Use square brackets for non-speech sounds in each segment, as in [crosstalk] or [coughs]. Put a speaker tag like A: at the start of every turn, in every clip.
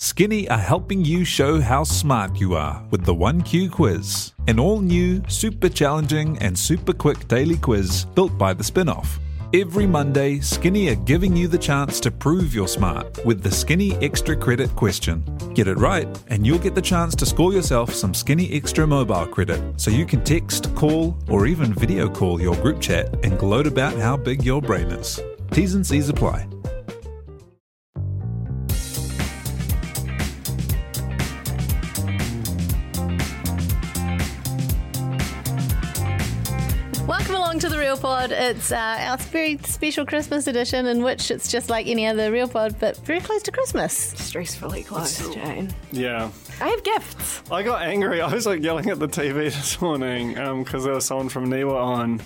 A: Skinny are helping you show how smart you are with the 1Q quiz, an all new, super challenging, and super quick daily quiz built by the spinoff. Every Monday, Skinny are giving you the chance to prove you're smart with the Skinny Extra Credit question. Get it right, and you'll get the chance to score yourself some Skinny Extra mobile credit so you can text, call, or even video call your group chat and gloat about how big your brain is. T's and C's apply.
B: Welcome along to the Real Pod. It's uh, our very special Christmas edition, in which it's just like any other Real Pod, but very close to Christmas.
C: Stressfully close, Jane.
D: Yeah.
C: I have gifts.
D: I got angry. [laughs] I was like yelling at the TV [laughs] this morning because there was someone from Niwa on.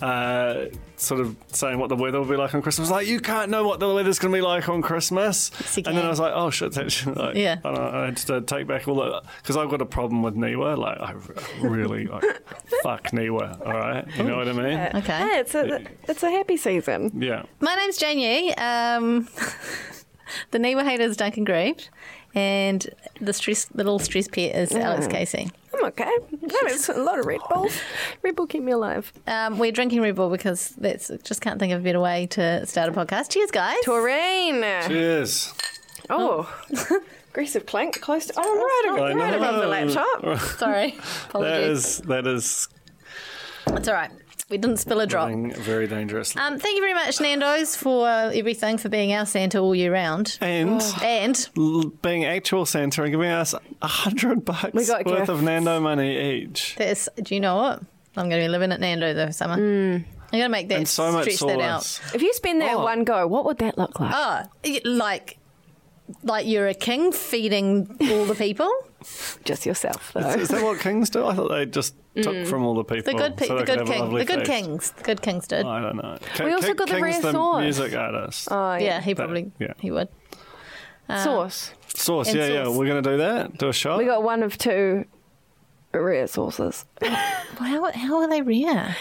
D: Uh, sort of saying what the weather will be like on Christmas. Like, you can't know what the weather's going to be like on Christmas.
B: Yes, you
D: and then
B: can.
D: I was like, oh shit, it's actually [laughs] like,
B: Yeah.
D: I, don't know, I had to take back all that because I've got a problem with Niwa. Like, I
B: [laughs]
D: really like fuck Niwa. All right, you know what I mean?
B: Okay.
C: Hey, it's a it's a happy season.
D: Yeah.
B: My name's Jane Yee. Um, [laughs] the neighbour hater is Duncan Greve, and the stress, the little stress pet
D: Mm.
B: is Alex Casey.
C: I'm okay. No, it's a lot of Red Bulls. Red Bull keep me alive.
B: Um, we're drinking Red Bull because that's just can't think of a better way to start a podcast. Cheers, guys.
C: Doreen.
D: Cheers.
C: Oh,
D: [laughs]
C: aggressive clink. Close to. Oh, right,
D: I
C: right,
D: know.
C: above the
D: Oh.
C: laptop.
B: Sorry,
D: [laughs] That
B: apologies.
D: is, that is
B: It's all right. We didn't spill a drop.
D: something very dangerous.
B: Um, thank you very much, Nando's, for everything, for being our Santa all year round.
D: and
B: And
D: l- being actual Santa and giving us a hundred bucks
C: We got
D: worth
C: gifts.
D: of Nando money each.
B: That's, do you know what? I'm going to be living at Nando though summer.
C: Mm.
B: I'm going to make that
D: And so much
B: stretch that out.
D: sauce.
C: If you spend that
D: Oh.
C: one go, what would that look like?
B: Oh, y- like, like you're a king feeding all the people.
C: Just yourself, though.
D: Is that what kings do? I thought they just
C: Mm.
D: took from all the
B: The
D: people.
B: good, pe-
D: Oh, so
B: the
D: they could
B: good
D: have a
B: king,
D: lovely
B: the
D: Oh,
B: good
D: feast.
B: kings, the good kings did.
D: I don't know. Ki-
C: We also
D: ki-
C: got the
D: king's
C: rare
D: the
C: sauce.
D: music artist.
C: oh,
B: yeah, Uh.
C: yeah.
B: he probably,
D: yeah.
B: he would.
C: Sauce.
D: sauce,
B: and
D: yeah, yeah.
B: sauce.
D: We're going to do that. Do a shot.
C: We got one of two rare sauces.
B: How, how are they rare?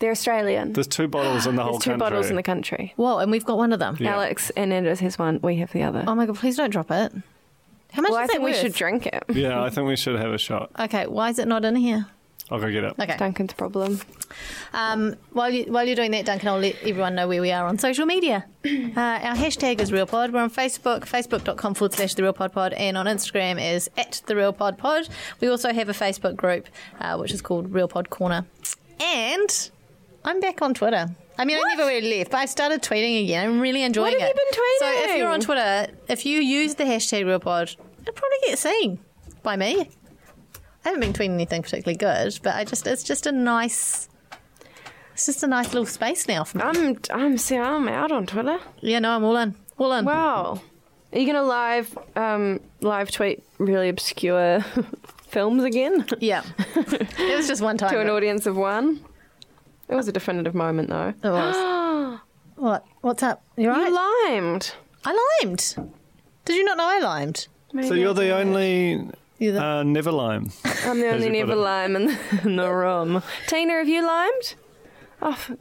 C: They're Australian.
D: There's two bottles in the
C: [sighs]
D: whole
C: There's two
D: country.
C: bottles in the country.
B: Whoa, and we've got one of them.
D: Yeah.
C: Alex and Nando's has one. We have the other.
B: Oh my god, please don't drop it. How much
C: well,
B: is
C: I think
B: that
C: we
B: worth?
C: should drink it.
D: [laughs] yeah, I think we should have a shot.
B: Okay, why is it not in here?
D: I'll go get it.
B: Okay.
C: Duncan's problem.
B: Um, while, you, while you're doing that, Duncan, I'll let everyone know where we are on social
C: [coughs]
B: media. Uh, our hashtag is RealPod. We're on Facebook, facebook.com forward slash The Real Pod Pod, and on Instagram is at The Real Pod Pod. We also have a Facebook group, uh, which is called Real Pod Corner. And I'm back on Twitter. I mean, I never really left, but I started tweeting again. I'm really enjoying it.
C: What have you been tweeting?
B: So if you're on Twitter, if you use the hashtag RealPod, it'll probably get seen by me. I haven't been tweeting anything particularly good, but I just it's just a nice it's just a nice little space now for me.
C: I'm I'm see I'm out on Twitter.
B: yeah, no, I'm all in. All in.
C: Wow. Are you gonna live um live tweet really obscure [laughs] films again to [laughs]
B: Yeah. it was just one time.
C: an
B: but-
C: audience of one? It was a definitive moment though.
B: it was. what? What's up? You all right?
C: You limed.
B: I limed. Did you not know I limed?
D: So you're the only
B: You're the-
D: uh, never lime.
C: I'm the only
D: you put
C: never
D: it.
C: lime in the, in the room. Tina, have you limed? Oh, for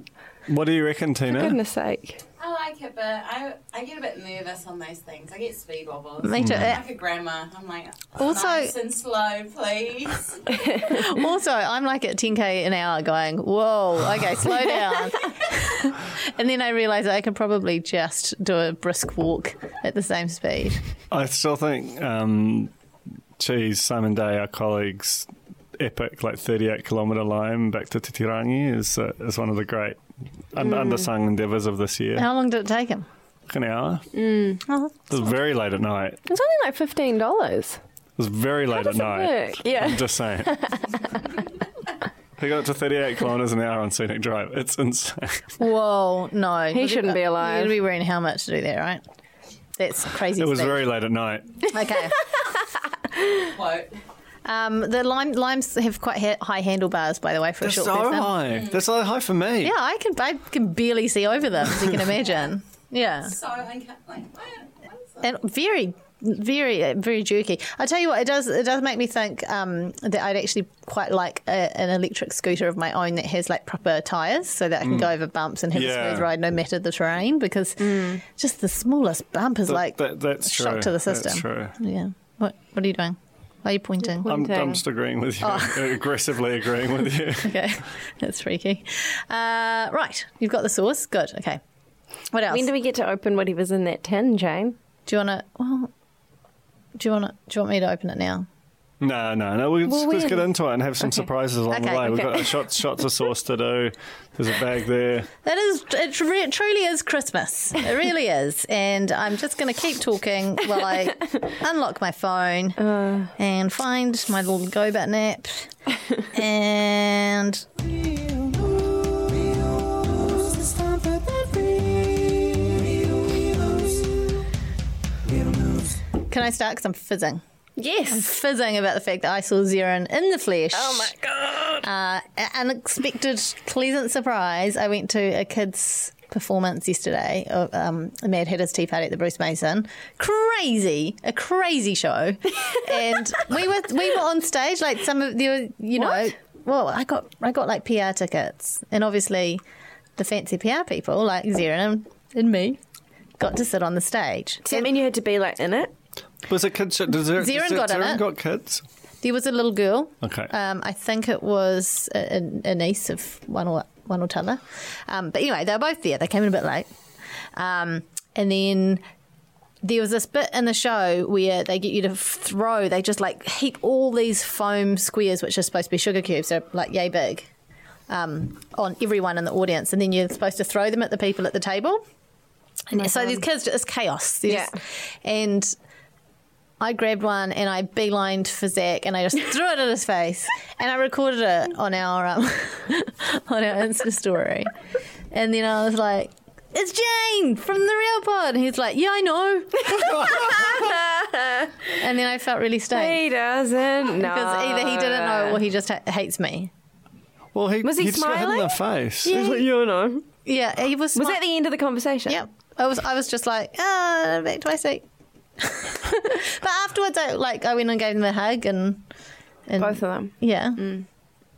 D: What do
C: [laughs]
D: you reckon, Tina?
C: goodness sake.
E: I like it, but I I get a bit nervous on those things. I get speed wobbles.
B: Me too.
E: I'm like a grandma. I'm like
B: Also-
E: nice and slow, please.
B: [laughs] also, I'm like at 10k an hour going, whoa, okay, slow
C: [laughs]
B: down. [laughs] and then I realised I could probably just do a brisk walk at the same speed.
D: I still think um, Cheese, Simon Day, our colleagues, epic like 38 kilometre lime back to Titirangi is uh, is one of the great un- undersung endeavours of this year.
B: How long did it take him?
D: Like An hour.
B: Oh,
D: Mm. It was very late at night. It
C: It's only like fifteen dollars.
D: was very late at
C: Does it
D: night.
C: work? Yeah.
D: I'm
B: [laughs]
D: just saying. He got up to 38 kilometres an hour on scenic drive. It's insane.
B: Whoa, no.
C: He shouldn't be alive.
B: You'd be wearing a helmet to do that, right? That's crazy.
D: It was
B: stage.
D: very late at night.
B: okay.
E: Quote.
B: Um, the lime, limes have quite ha- high handlebars, by the way, for a
D: That's
B: short
D: so
B: person.
D: high. That's so high for me.
B: Yeah, I can I can barely see over them, as you can
C: [laughs]
B: imagine. Yeah,
E: So unca- like, what, what is
B: and
E: that?
B: very, very, uh, very jerky. I tell you what, it does it does make me think um, that I'd actually quite like a, an electric scooter of my own that has like proper tires, so that I can go over bumps and have
D: Mm. Yeah.
B: a smooth ride no matter the terrain. Because
C: Mm.
B: just the smallest bump is
D: That-
B: like
D: that- that's
B: a
D: true.
B: shock to the system.
D: That's true.
B: Yeah. What What are you doing? Why are you Oh. pointing?
D: I'm, I'm
C: Pointing.
D: just agreeing with you, [laughs] aggressively agreeing with
B: [laughs]
D: you.
B: Okay, that's freaky. Uh, right, you've got the sauce. Good. Okay. What else?
C: When do we get to open whatever's in that tin, Jane?
B: Do you want to? Well, do you want to? Do you want me to open it now?
D: No, no, no. We'll,
C: Well,
D: just- just
C: we-
D: get into it and have some surprises along
B: Okay,
D: the way. We've
B: okay.
D: got uh, shots, shots of sauce to do. There's a bag there.
B: That is, it re- truly is Christmas. It really is, and I'm just going to keep talking while I unlock my phone and find my little go button app and Can I start? Because I'm fizzing.
C: Yes.
B: Fizzing about the fact that I saw Zeron in the flesh.
C: Oh my god.
B: Uh, a- unexpected, pleasant surprise. I went to a kid's performance yesterday of um, a Mad Hatters Tea Party at the Bruce Mason. Crazy, a crazy
C: [laughs]
B: show. and we were we were on stage like some of there were you know
C: What?
B: well I got I got like PR tickets and obviously the fancy PR people like Zeron and, and me got to sit on the stage.
C: Does that mean you had to be like in it?
D: Was it kids? Does there,
B: Zirin
D: does it-
B: got in
D: Zirin
B: it.
D: got kids?
B: There was a little girl.
D: Okay.
B: Um, I think it was a, a, a niece of one or one or t'other. Um, but anyway, they were both there. They came in a bit late. Um, and then there was this bit in the show where they get you to throw. They just like heap all these foam squares, which are supposed to be sugar cubes. They're like yay big. Um, on everyone in the audience, and then you're supposed to throw them at the people at the table. And so these kids, it's chaos. There's-
C: Yeah.
B: And I grabbed one and I beelined for Zach and I just threw it at his face and I recorded it on our um, [laughs] on our Insta story. And then I was like, "It's Jane from the Real Pod." And he's like, "Yeah, I [laughs] know." and then I felt really stoked
C: He doesn't. [laughs] No.
B: because either he didn't know or he just ha- hates me.
D: Well, he
C: Was he
D: just got hit in
C: smiling?
D: the face.
C: He's like, you know.
B: Yeah, he was.
C: Was
B: smi-
C: that the end of the conversation?
B: Yep. I was I was just like, ah, back to my seat. [laughs] but afterwards I like I went and gave them a hug and and
C: Both of them.
B: Yeah.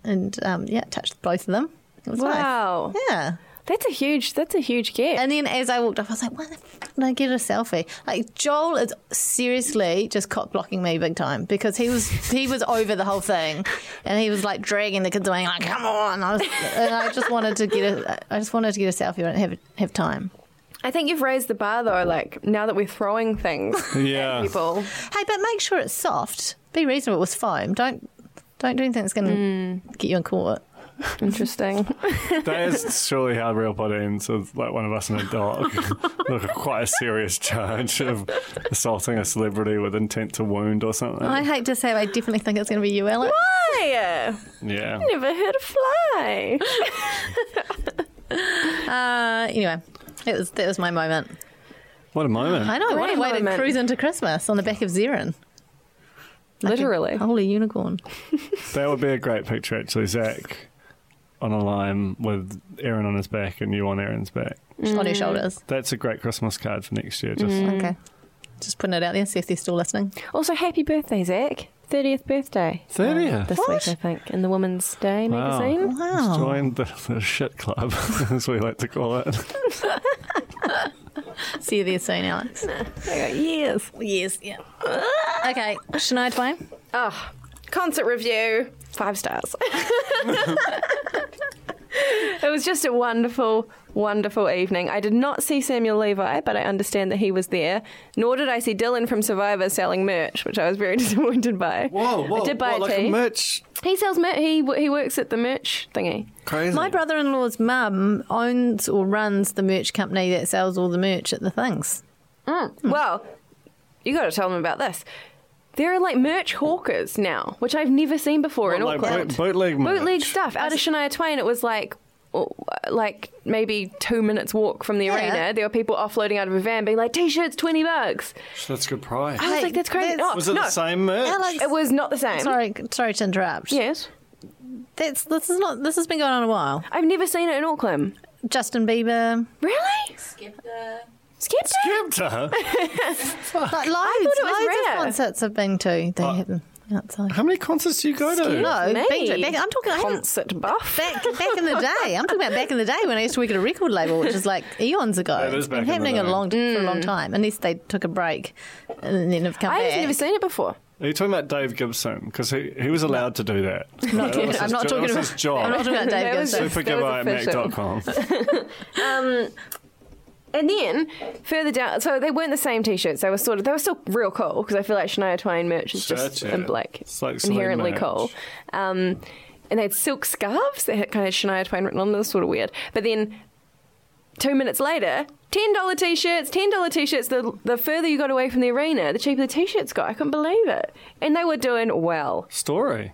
B: And um, yeah, touched both of them. It was
C: Wow.
B: nice. Yeah.
C: That's a huge. That's a huge get.
B: And then as I walked off, I was like, why the f did I get a selfie? Like Joel is seriously just cock blocking me big time because he was he was over the whole thing, and he was like dragging the kids away, like come on. I was, and I just wanted to get a I just wanted to get a selfie and have have time.
C: I think you've raised the bar though. Like now that we're throwing things [laughs]
D: Yeah.
C: at people.
B: Hey, but make sure it's soft. Be reasonable. It was foam. Don't don't do anything that's going to get you in court.
C: Interesting. [laughs]
D: That is surely how real pod ends with like one of us and a
B: [laughs]
D: dog. Look, quite a serious charge of assaulting a celebrity with intent to wound or something.
B: I hate to say, I definitely think it's going to be you, Alex.
C: Why?
D: yeah.
C: Never heard a fly.
B: Uh, anyway, it was that was my moment.
D: What a moment.
B: I know. What
C: Great
B: a way to
C: moment.
B: cruise into Christmas on the back of Zerin.
C: Literally.
B: Holy unicorn.
D: That would be a great picture, actually. Zach on a lime with Aaron on his back and you on Aaron's back.
B: On her shoulders.
D: That's a great Christmas card for next year. Just
C: Mm.
B: Okay. Just putting it out there, see if they're still listening.
C: Also, happy birthday, Zach. 30th birthday. Um,
D: 30th?
C: This
B: What?
C: week, I think, in the Women's Day
D: Wow.
C: magazine.
D: Just
B: Wow.
D: joined the, the shit club, [laughs] as we like to call it.
B: See you there soon, Alex.
C: I got years.
B: Yes, yeah. Okay, Shania Twain.
C: Oh, concert review. Five stars. [laughs] it was just a wonderful, wonderful evening. I did not see Samuel Levi, but I understand that he was there. Nor did I see Dylan from Survivor selling merch, which I was very [laughs] disappointed by. I did buy a tee.
D: merch?
C: he sells merch. He, he works at the merch thingy.
D: Crazy.
B: My brother in law's mum owns or runs the merch company that sells all the merch at the things.
D: Hmm.
C: Well, you got to tell them about this. There are like merch hawkers now, which I've never seen before in
D: Like
C: Auckland.
D: boot- bootleg merch.
C: Bootleg stuff out of Shania Twain. It was like like maybe two minutes walk from the
B: Yeah.
C: arena, there were people offloading out of a van being like, "T-shirts, twenty bucks."
D: So that's a good price.
C: I was
B: Hey,
C: like, "That's crazy."
B: that's-
C: Oh,
D: Was it
C: no,
D: the same merch?
B: Alex,
C: it was not the same.
B: sorry, sorry to interrupt.
C: Yes,
B: That's this is not this has been going on a while.
C: I've never seen it in Auckland.
B: Justin Bieber,
C: Really?
E: Skip the.
C: Skepta?
D: Skipped her. Oh.
B: like loads,
C: it was
B: loads
C: rare.
B: of concerts I've been to. They haven't outside.
D: How many concerts do you go to?
B: No,
C: Me?
B: been to, back, I'm talking. I haven't-
C: concert buff.
B: back back in the day. I'm talking about back in the day when I used to work at a record label, which is like eons ago.
D: That is
B: It's
D: back
B: been
D: in the
B: happening a
D: day.
B: long for a long
C: Mm.
B: time, unless they took a break and then have come
C: I've
B: back.
C: never seen it before.
D: Are you talking about Dave Gibson? Because he, he was allowed to do that.
B: I'm not talking-
D: was
B: I'm
D: his
B: not
D: jo-
B: talking
D: that was
B: about
D: his job.
B: I'm not talking about Dave
C: [laughs] That was
B: Gibson.
C: just- That was
D: Supergoodbye at
C: official. [laughs]
D: Mac.com.
C: And then further down, so they weren't the same T-shirts. They were sort of, they were still real cool because I feel like Shania Twain merch is just
D: Shirts, yeah.
C: and like
D: It's like Celine
C: inherently
D: merch.
C: cool. Um, and they had silk scarves that had kind of Shania Twain written on them. It was sort of weird. But then two minutes later, ten dollar T-shirts, ten dollar T-shirts. The the further you got away from the arena, the cheaper the T-shirts got. I couldn't believe it. And they were doing well.
D: Story.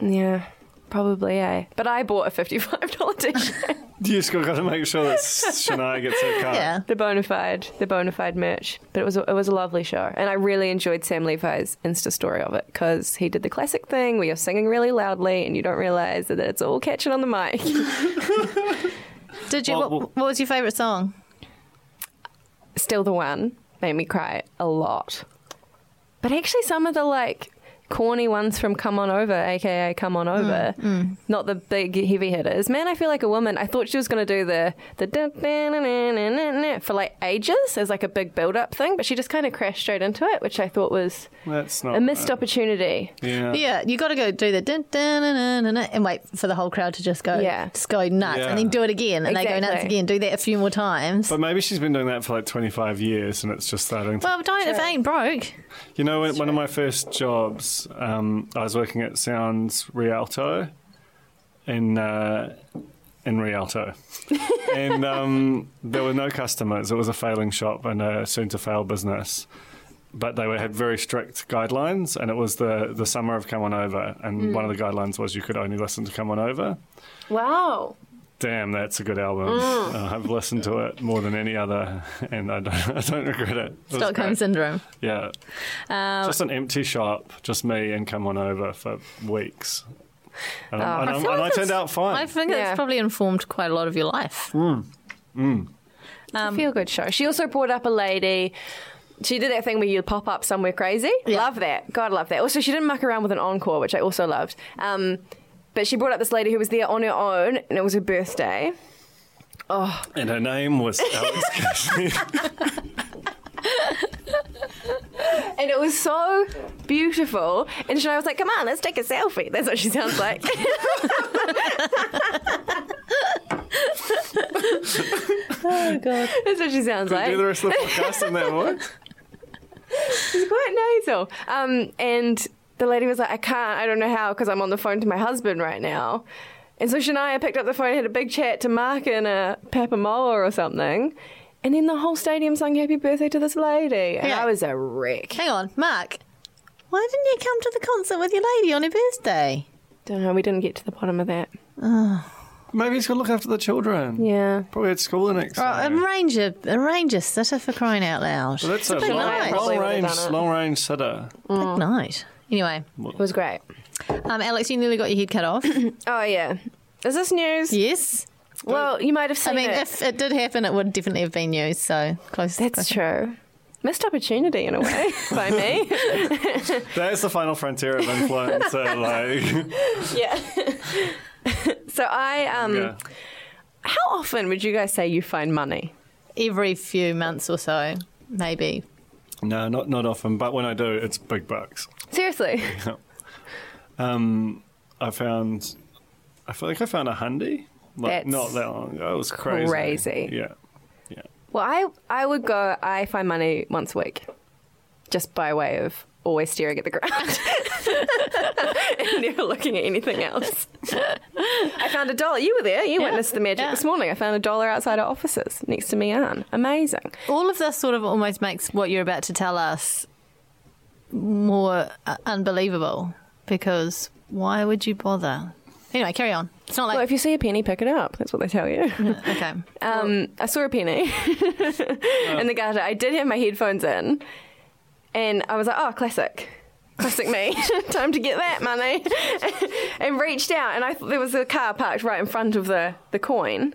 C: Yeah, probably eh. But I bought a fifty-five dollar T-shirt.
D: You just got to make
B: [laughs]
D: sure that Shania gets her car.
B: Yeah.
C: the bona fide, the bona fide merch. But it was a, it was a lovely show, and I really enjoyed Sam Levi's Insta story of it because he did the classic thing where you're singing really loudly and you don't realize that it's all catching on the mic.
B: Did you? What,
D: Well, well-
B: what was your favourite song?
C: Still the one made me cry a lot, but actually some of the like corny ones from Come On Over, aka Come On Over, not the big heavy hitters. Man, I feel like a woman. I thought she was going to do the the dun- dun- dun- dun- dun- dun- dun for like ages as like a big build up thing, but she just kind of crashed straight into it, which I thought was.
D: That's not
C: a missed opportunity.
D: Yeah.
B: Yeah, you got to go do the dun, dun, dun, dun, dun, dun, and wait for the whole crowd to just go,
C: Yeah.
B: just go nuts,
D: Yeah.
B: and then do it again, and they go nuts
C: Exactly.
B: again. Do that a few more times.
D: But maybe she's been doing that for like 25 years and it's just starting to.
B: well, don't if it ain't broke.
D: you know, one of my first jobs, um, I was working at Sounds Rialto in, uh,
B: [laughs]
D: in Rialto. and um, there were no customers. It was a failing shop and a soon to fail business. But they were, had very strict guidelines, and it was the, the summer of Come On Over. And
B: Hmm.
D: one of the guidelines was you could only listen to Come On Over.
C: Wow.
D: Damn, that's a good album. Uh, I've listened to it more than any other, and I don't, [laughs] I don't regret it. It was
B: Stockholm
D: great.
B: syndrome.
D: Yeah. just an empty shop, just me and come on over for weeks. And, I- and
C: I
D: I'm-
B: feel
D: and I
B: like
D: turned
B: it's-
D: out Oh, fine. Mm.
B: I think
C: Yeah.
B: that's probably informed quite a lot of your life. Um,
C: Feel good show. She also brought up a lady. She did that thing where you pop up somewhere crazy. Love that. God, love that. Also, she didn't muck around with an encore, which I also loved. Um, but she brought up this lady who was there on her own, and it was her birthday.
D: and her name was Alex Cashley.
C: And it was so beautiful. And Shania was like, come on, let's take a selfie. That's what she sounds like.
B: [laughs] Oh god.
C: That's what she sounds like.
D: Do the rest of the podcast on that one.
C: She's quite nasal. Um, and the lady was like, I can't, I don't know how, because I'm on the phone to my husband right now. And so Shania picked up the phone, had a big chat to Mark and uh, Papamoa or something. And then the whole stadium sung happy birthday to this lady. And
B: Yeah.
C: I was a wreck.
B: Hang on, Mark. Why didn't you come to the concert with your lady on her birthday?
C: Don't know, we didn't get to the bottom of that.
D: Maybe he's going to look after the children.
C: Yeah.
D: Probably at school the next
B: Or
D: day.
B: arrange a arrange a sitter for crying out loud.
D: But that's a
B: bit nice.
C: Probably
D: long, long
C: would've
D: range,
C: done it.
D: long range sitter.
B: Good night. Anyway,
C: It was great.
B: um, Alex, you nearly got your head cut
D: [coughs]
B: off.
C: Oh, yeah. Is this news?
B: yes.
C: Well, you might have seen
B: I mean,
C: it.
B: if it did happen, it would definitely have been you. So close.
C: That's true. Missed opportunity in a way [laughs] by me.
B: [laughs]
D: There's the final frontier of influencer. like,
C: yeah. [laughs] so I um
D: yeah.
C: How often would you guys say you find money?
B: every few months or so, maybe.
D: No, not not often. But when I do, it's big bucks.
C: Seriously.
D: Um, I found, I feel like I found a hundy. Like
C: That's
D: not that long ago. It was crazy.
C: crazy.
D: Yeah.
C: Well, I I would go. I find money once a week, just by way of always staring at the ground [laughs] and never looking at anything else. I found a dollar. You were there. You
B: Yeah,
C: witnessed the magic
B: yeah.
C: this morning. I found a dollar outside our offices next to me. Anne. Amazing.
B: All of this sort of almost makes what you're about to tell us more uh, unbelievable because why would you bother? Anyway, carry on. It's not like.
C: Well, if you see a penny, pick it up. That's what they tell you.
B: [laughs] okay.
C: [laughs] Um, I saw a penny [laughs] in the garden. I did have my headphones in, and I was like, "Oh, classic, classic me. [laughs] Time to get that money." [laughs] and reached out, and I thought there was a car parked right in front of the the coin,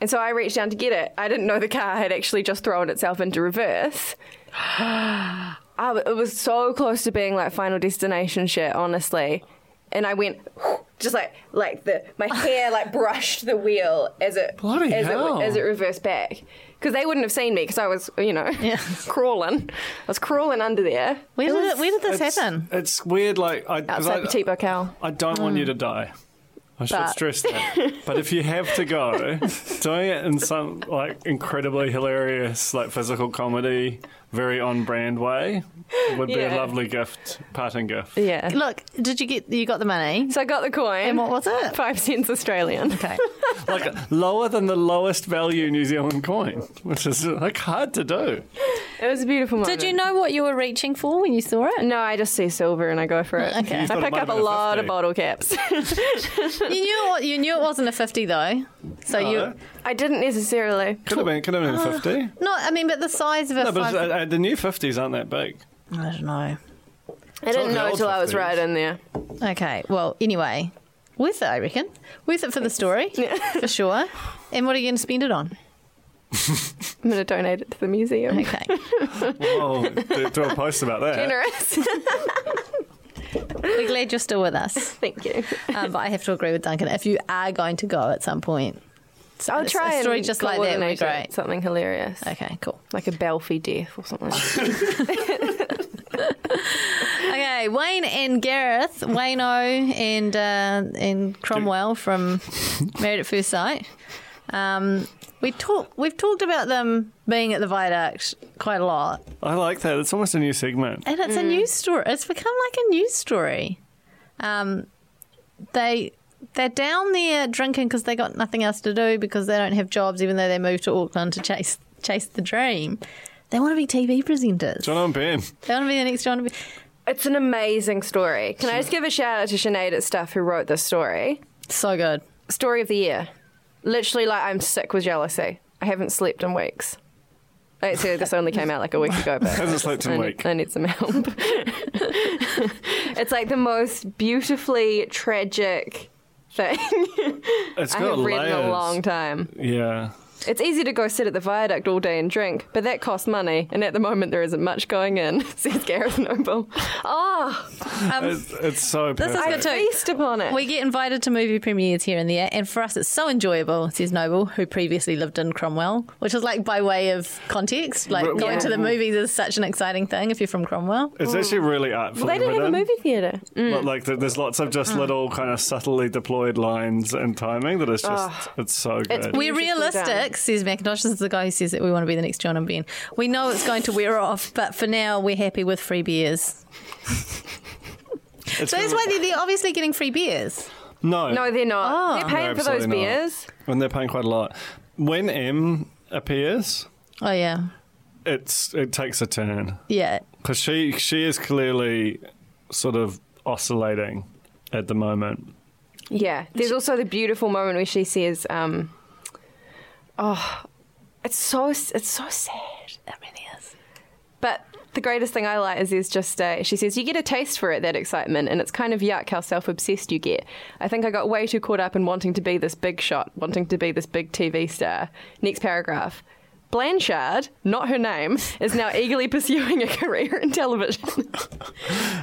C: and so I reached down to get it. I didn't know the car had actually just thrown itself into reverse. [gasps] I w it was so close to being like Final Destination shit, honestly. And I went [laughs] just like like the my
F: [laughs]
C: hair like brushed the wheel as it
F: Bloody
C: as
F: hell.
C: it as it reversed back because they wouldn't have seen me because I was you know [laughs] crawling. I was crawling under there.
B: Where did, it- where did this
D: it's,
B: happen?
D: It's weird, like I, 'cause
C: Outside
D: I,
C: Petit Bocal.
D: I don't want you to die. I should
C: Mm. But-
D: stress that.
C: [laughs]
D: But if you have to go, doing it in some like incredibly hilarious, like physical comedy, very on brand way, would be
C: Yeah.
D: a lovely gift, parting gift.
C: Yeah.
B: Look, did you get you got the money?
C: So I got the coin.
B: And what was it?
C: Five cents Australian.
B: Okay.
D: Like lower than the lowest value New Zealand coin, which is like hard to do.
C: It was a beautiful moment.
B: did you know what you were reaching for when you saw it?
C: No, I just see silver and I go for it.
B: Okay.
D: You
C: I
D: thought it
C: pick
D: might
C: up
D: have
C: a
D: been a
C: lot of
D: 50.
C: bottle caps. [laughs]
B: You knew it, wa- you knew it wasn't a fifty though. So you
C: I didn't necessarily.
D: Could have been, could have been
C: Uh,
D: fifty.
B: no, I mean, but the size of a
D: No, but
B: five.
D: uh, uh, the new fifties aren't that big.
B: I don't know.
C: I didn't
D: the
C: know
D: old
C: till I was
D: 50s.
C: right in there.
B: Okay. Well, anyway, worth it, I reckon. Worth it for the story, for sure. And what are you going to spend it on?
C: I'm going to donate it to the museum.
B: Okay.
D: [laughs] Oh, do, do a post about that.
C: [laughs] Generous. [laughs]
B: We're glad you're still with us.
C: Thank you.
B: Um, but I have to agree with Duncan. If you are going to go at some point, so
C: I'll
B: it's-
C: try
B: a story
C: and
B: just like that. Would be
C: coordinate it,
B: great.
C: Something hilarious.
B: Okay. Cool.
C: Like a Belfie death or something.
B: Okay, Wayne and Gareth, Wayno and uh, and Cromwell from Married at First Sight. Um, we talk, we've talked about them being at the viaduct quite a lot,
D: I like that. It's almost a new segment.
B: and it's a news story. It's become like a news story. Um, they they're down there drinking because they got nothing else to do because they don't have jobs, even though they moved to Auckland to chase chase the dream. They want to be TV presenters.
D: John and Ben.
B: They want to be the next John.
C: It's an amazing story. Can I just give a shout out to Sinead at Stuff who wrote this story?
B: So good.
C: Story of the year. Literally, like, I'm sick with jealousy. I haven't slept in weeks. Actually, this only came out like a week ago, but
D: Hasn't slept in a
C: I,
D: week.
C: Need, I need some help. [laughs] it's like the most beautifully tragic thing
D: It's
C: I
D: got
C: have read
D: layers.
C: in a long time.
D: Yeah.
C: It's easy to go sit at the viaduct all day and drink, but that costs money, and at the moment there isn't much going in, [laughs] says Gareth Noble. Oh,
D: It's, it's so
B: This is
D: perfect.
B: good too.
C: feast upon it.
B: We get invited to movie premieres here and there, and for us, it's so enjoyable, says Noble, who previously lived in Cromwell, which is like by way of context. Like
D: Right,
B: going
C: yeah.
B: to the movies is such an exciting thing if you're from Cromwell.
D: It's actually really artful.
C: well, they don't have a
D: written.
C: movie Mm. theatre.
D: But, like th- there's lots of just little kind of subtly deployed lines and timing that is just it's so good.
C: It's weird.
B: We're
C: Beautifully
B: realistic,
C: done.
B: says McIntosh. This is the guy who says that we want to be the next John and Ben. We know it's going to wear off, but for now, we're happy with free beers.
D: It's
B: So that's
D: really-
B: why they're, they're obviously getting free beers.
D: no,
C: No, they're not.
B: Oh.
C: They're paying
D: No,
C: for those
D: absolutely not.
C: beers.
D: and they're paying quite a lot. When M appears,
B: Oh, yeah.
D: it's it takes a turn
B: Yeah.
D: because she she is clearly sort of oscillating at the moment.
C: Yeah. There's also the beautiful moment where she says, um, "Oh, it's so it's so sad."
B: That really is.
C: But the greatest thing I like is there's just a, she says, you get a taste for it, that excitement, and it's kind of yuck how self obsessed you get. I think I got way too caught up in wanting to be this big shot, wanting to be this big TV star. Next paragraph. Blanchard, not her name, is now eagerly pursuing a career in television.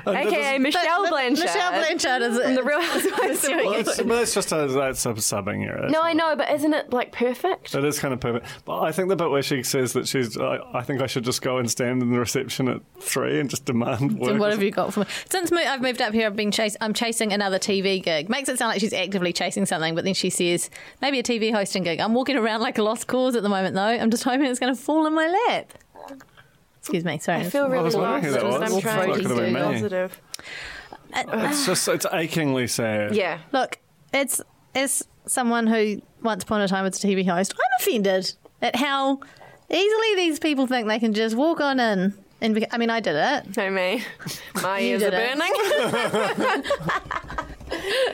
C: AKA Michelle
B: But- but
C: Blanchard.
B: Michelle Blanchard is
C: From the Real [laughs] Housewives of
D: Well,
C: England.
D: it's, but it's just a, that's a subbing error.
C: No, I know, but isn't it like perfect?
D: That is kind of perfect. But I think the bit where she says that she's, I, I think I should just go and stand in the reception at three and just demand work.
B: And what have you got for me? Since mo- I've moved up here, I've been chase- I'm chasing another TV gig. Makes it sound like she's actively chasing something, but then she says maybe a TV hosting gig. I'm walking around like a lost cause at the moment, though. I'm just hoping it's going to fall in my lap. Excuse me, sorry.
C: I feel
D: I
C: really
D: was wondering
C: lost
D: who that
C: because
D: was.
C: I'm trying to
D: Like, could have
C: be
D: been me.
C: positive.
D: It's just, it's achingly sad.
C: Yeah.
B: Look, it's as someone who once upon a time was a TV host, I'm offended at how easily these people think they can just walk on in. And be- I mean, I did it.
C: No, me. My
B: You
C: ears are
B: did it.
C: burning.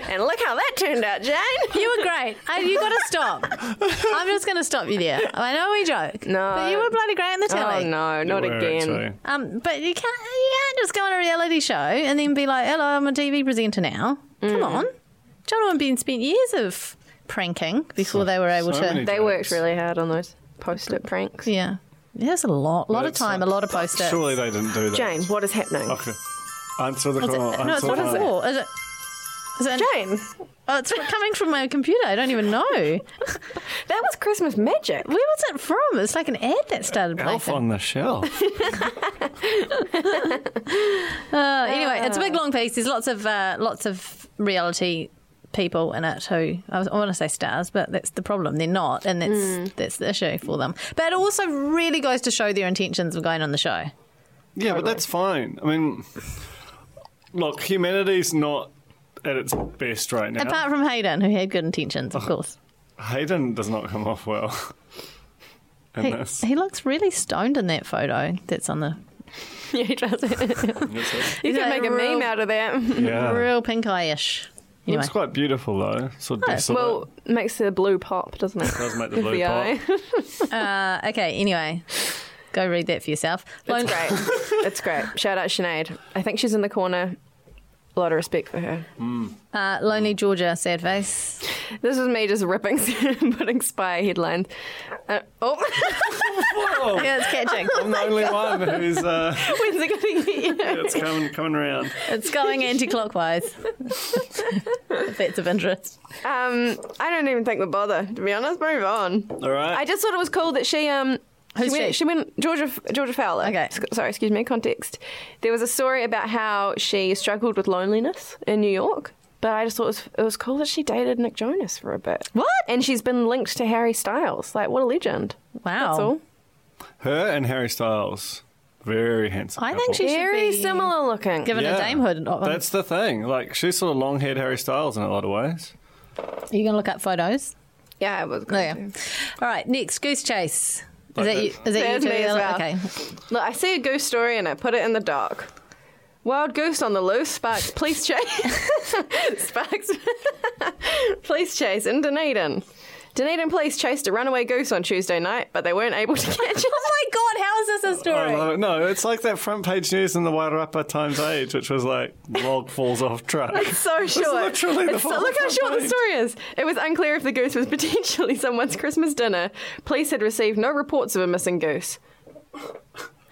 C: And look how that turned out, Jane.
B: You were great. Uh, you got to stop. I'm just going to stop you there. I know we joke.
C: No.
B: But you were bloody great on the
C: Oh
B: telly.
C: no, not
D: Where,
C: again.
D: actually.
B: Um, but you can't, you can't just go on a reality show and then be like, hello, I'm a TV presenter now. Come on. John and Ben spent years of pranking before they were able
D: so
B: to.
D: many
C: They worked
D: jokes.
C: really hard on those post-it pranks.
B: Yeah. There's a lot, lot of
D: That's
B: time, a
D: not-
B: lot of post-its.
D: Surely they didn't do that.
C: Jane, what is happening?
D: Okay. Answer the
B: Is it-
D: call.
B: no, it's
D: answer
B: not
D: the
B: a
D: call.
B: wall. Is it? Is it
C: Jane,
B: oh, it's coming from my computer. I don't even know. Where
C: that was Christmas magic.
B: was it from? It's like an ad that started playing.
D: Elf on the shelf.
B: Uh, anyway, it's a big long piece. There's lots of uh, lots of reality people in it who I, was, I want to say stars, but that's the problem. They're not, and that's that's the issue for them. But it also really goes to show their intentions of going on the show.
D: yeah, but that's fine. I mean, look, humanity's not at its best right now.
B: Apart from Hayden, who had good intentions, of course.
D: Hayden does not come off well. in
B: He,
D: this.
B: he looks really stoned in that photo. That's on the
C: Yeah, he does. [laughs] you [laughs]
D: That's it.
B: He's
C: could
B: like
C: make a
B: real-
C: meme out of that.
D: Yeah.
B: real pink eye-ish. Anyway,
D: It's quite beautiful though. Sort of desolate.
C: Well, makes the blue pop, doesn't it?
D: [laughs] does make the
C: With [laughs]
D: blue
C: the
D: pop.
C: eye.
B: uh, okay. Anyway, go read that for yourself. Lone-
C: It's [laughs] great. It's great. Shout out Sinead. I think she's in the corner. A lot of respect for her.
B: uh, Lonely Georgia, sad face.
C: This is me just ripping [laughs] and putting spy headlines. Uh, oh, [laughs]
B: Yeah, it's catching.
D: I'm the only one who's uh,
C: when's it going to get you?
D: it's coming coming around.
B: [laughs] It's going
C: [laughs]
B: anti-clockwise. if that's of interest.
C: Um, I don't even think we bother. To be honest, move on.
D: All right.
C: I just thought it was cool that she um she
B: Who's
C: went,
B: she?
C: went Georgia Georgia Fowler.
B: Okay.
C: S- sorry, excuse me. Context. There was a story about how she struggled with loneliness in New York, but I just thought it was, it was cool that she dated Nick Jonas for a bit.
B: What?
C: And she's been linked to Harry Styles. Like, what a legend.
B: Wow.
C: That's all.
D: Her and Harry Styles, very handsome.
B: I think
D: couple.
B: she should
C: Very
B: be
C: similar looking.
B: given a damehood. Op-
D: That's the thing. Like she's sort of long haired Harry Styles in a lot of ways.
B: Are you going to look up photos?
C: yeah, it was.
B: Oh, yeah. All right, next goose chase. Is that you? Is that you
C: There's
B: too?
C: me as well.
B: Okay.
C: Look, I see a goose story and I put it in the dock. Wild goose on the loose, sparks police chase. [laughs] sparks [laughs] police chase in Dunedin. Dunedin police chased a runaway goose on Tuesday night, but they weren't [laughs] able to catch it.
B: Oh my God! How is this a
D: I love
B: story?
D: it. Oh, No, it's like that front page news in the Wairarapa Times Age, which was like log falls off truck.
C: So short.
D: literally the
C: It's so-
D: full
C: look how
D: front
C: short the
D: page.
C: story is. It was unclear if the goose was [laughs] potentially someone's Christmas dinner. Police had received no reports of a missing goose.
D: [laughs]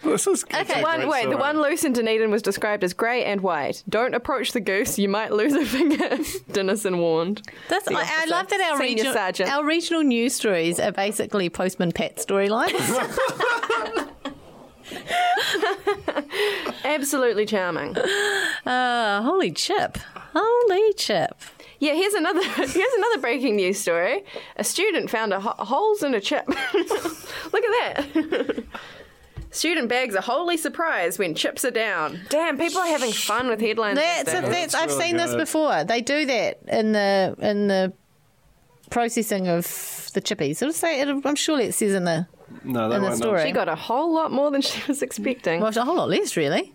D: This is it's a
B: Okay.
D: great
C: One, wait, the
D: story.
C: one loose in Dunedin was described as grey and white. Don't approach the goose, you might lose a [laughs] finger, Dennison warned.
B: That's, I, I
C: officer.
B: love that our
C: Senior
B: regional,
C: sergeant.
B: our regional news stories are basically Postman Pat
C: [laughs]
B: storylines.
C: Absolutely charming.
B: uh, holy chip! Holy chip!
C: Yeah, here's another [laughs] here's another breaking news story. A student found a ho- holes in a chip. [laughs] Look at that. [laughs] student bags are wholly surprised when chips are down. Damn, people are having fun with headlines. these
B: That's,
C: days.
B: that's,
D: That's
B: I've
D: really
B: seen this
D: good.
B: before. They do that in the in the processing of the chippies. It'll say, it'll, I'm sure it says in the
D: No, that
B: in the
D: won't-
B: story.
C: She got a whole lot more than she was expecting.
B: well, it's a whole lot less, really.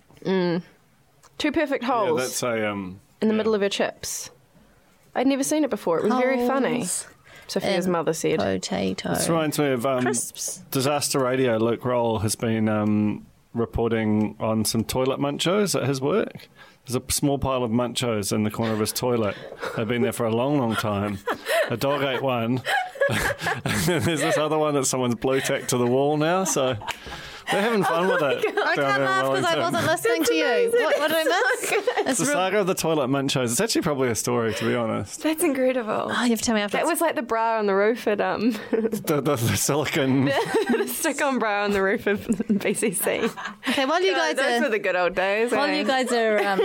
C: Two perfect
D: Yeah,
C: holes
D: that's a um.
C: in the middle of her chips. I'd never seen it before. It was very funny. Sophia's
B: and
C: mother said.
B: Potato.
D: This reminds me of um,
B: Crisps.
D: Disaster Radio. Luke Roll has been um, reporting on some toilet munchos at his work. There's a small pile of munchos in the corner of his toilet. They've been there for a long, long time. A dog ate one. [laughs] and then there's this other one that someone's blue tacked to the wall now. So they're having fun with
B: [laughs]
D: it.
B: I
D: down
B: can't
D: there in
B: laugh because I
D: Wellington.
B: wasn't listening to you. What, what did I miss? [laughs] It's
D: It's
B: real-
D: the saga of the toilet munchos. It's actually probably a story, to be honest.
C: That's incredible.
B: Oh, you have to tell me after.
C: That was like the bra on the roof at um, [laughs]
D: The, the, the
B: [laughs]
D: silicon.
C: the stick-on bra on the roof of [laughs] BCC.
B: okay, while you guys
C: those were
B: are
C: the good old days.
B: while
C: eh?
B: you guys are [laughs] um,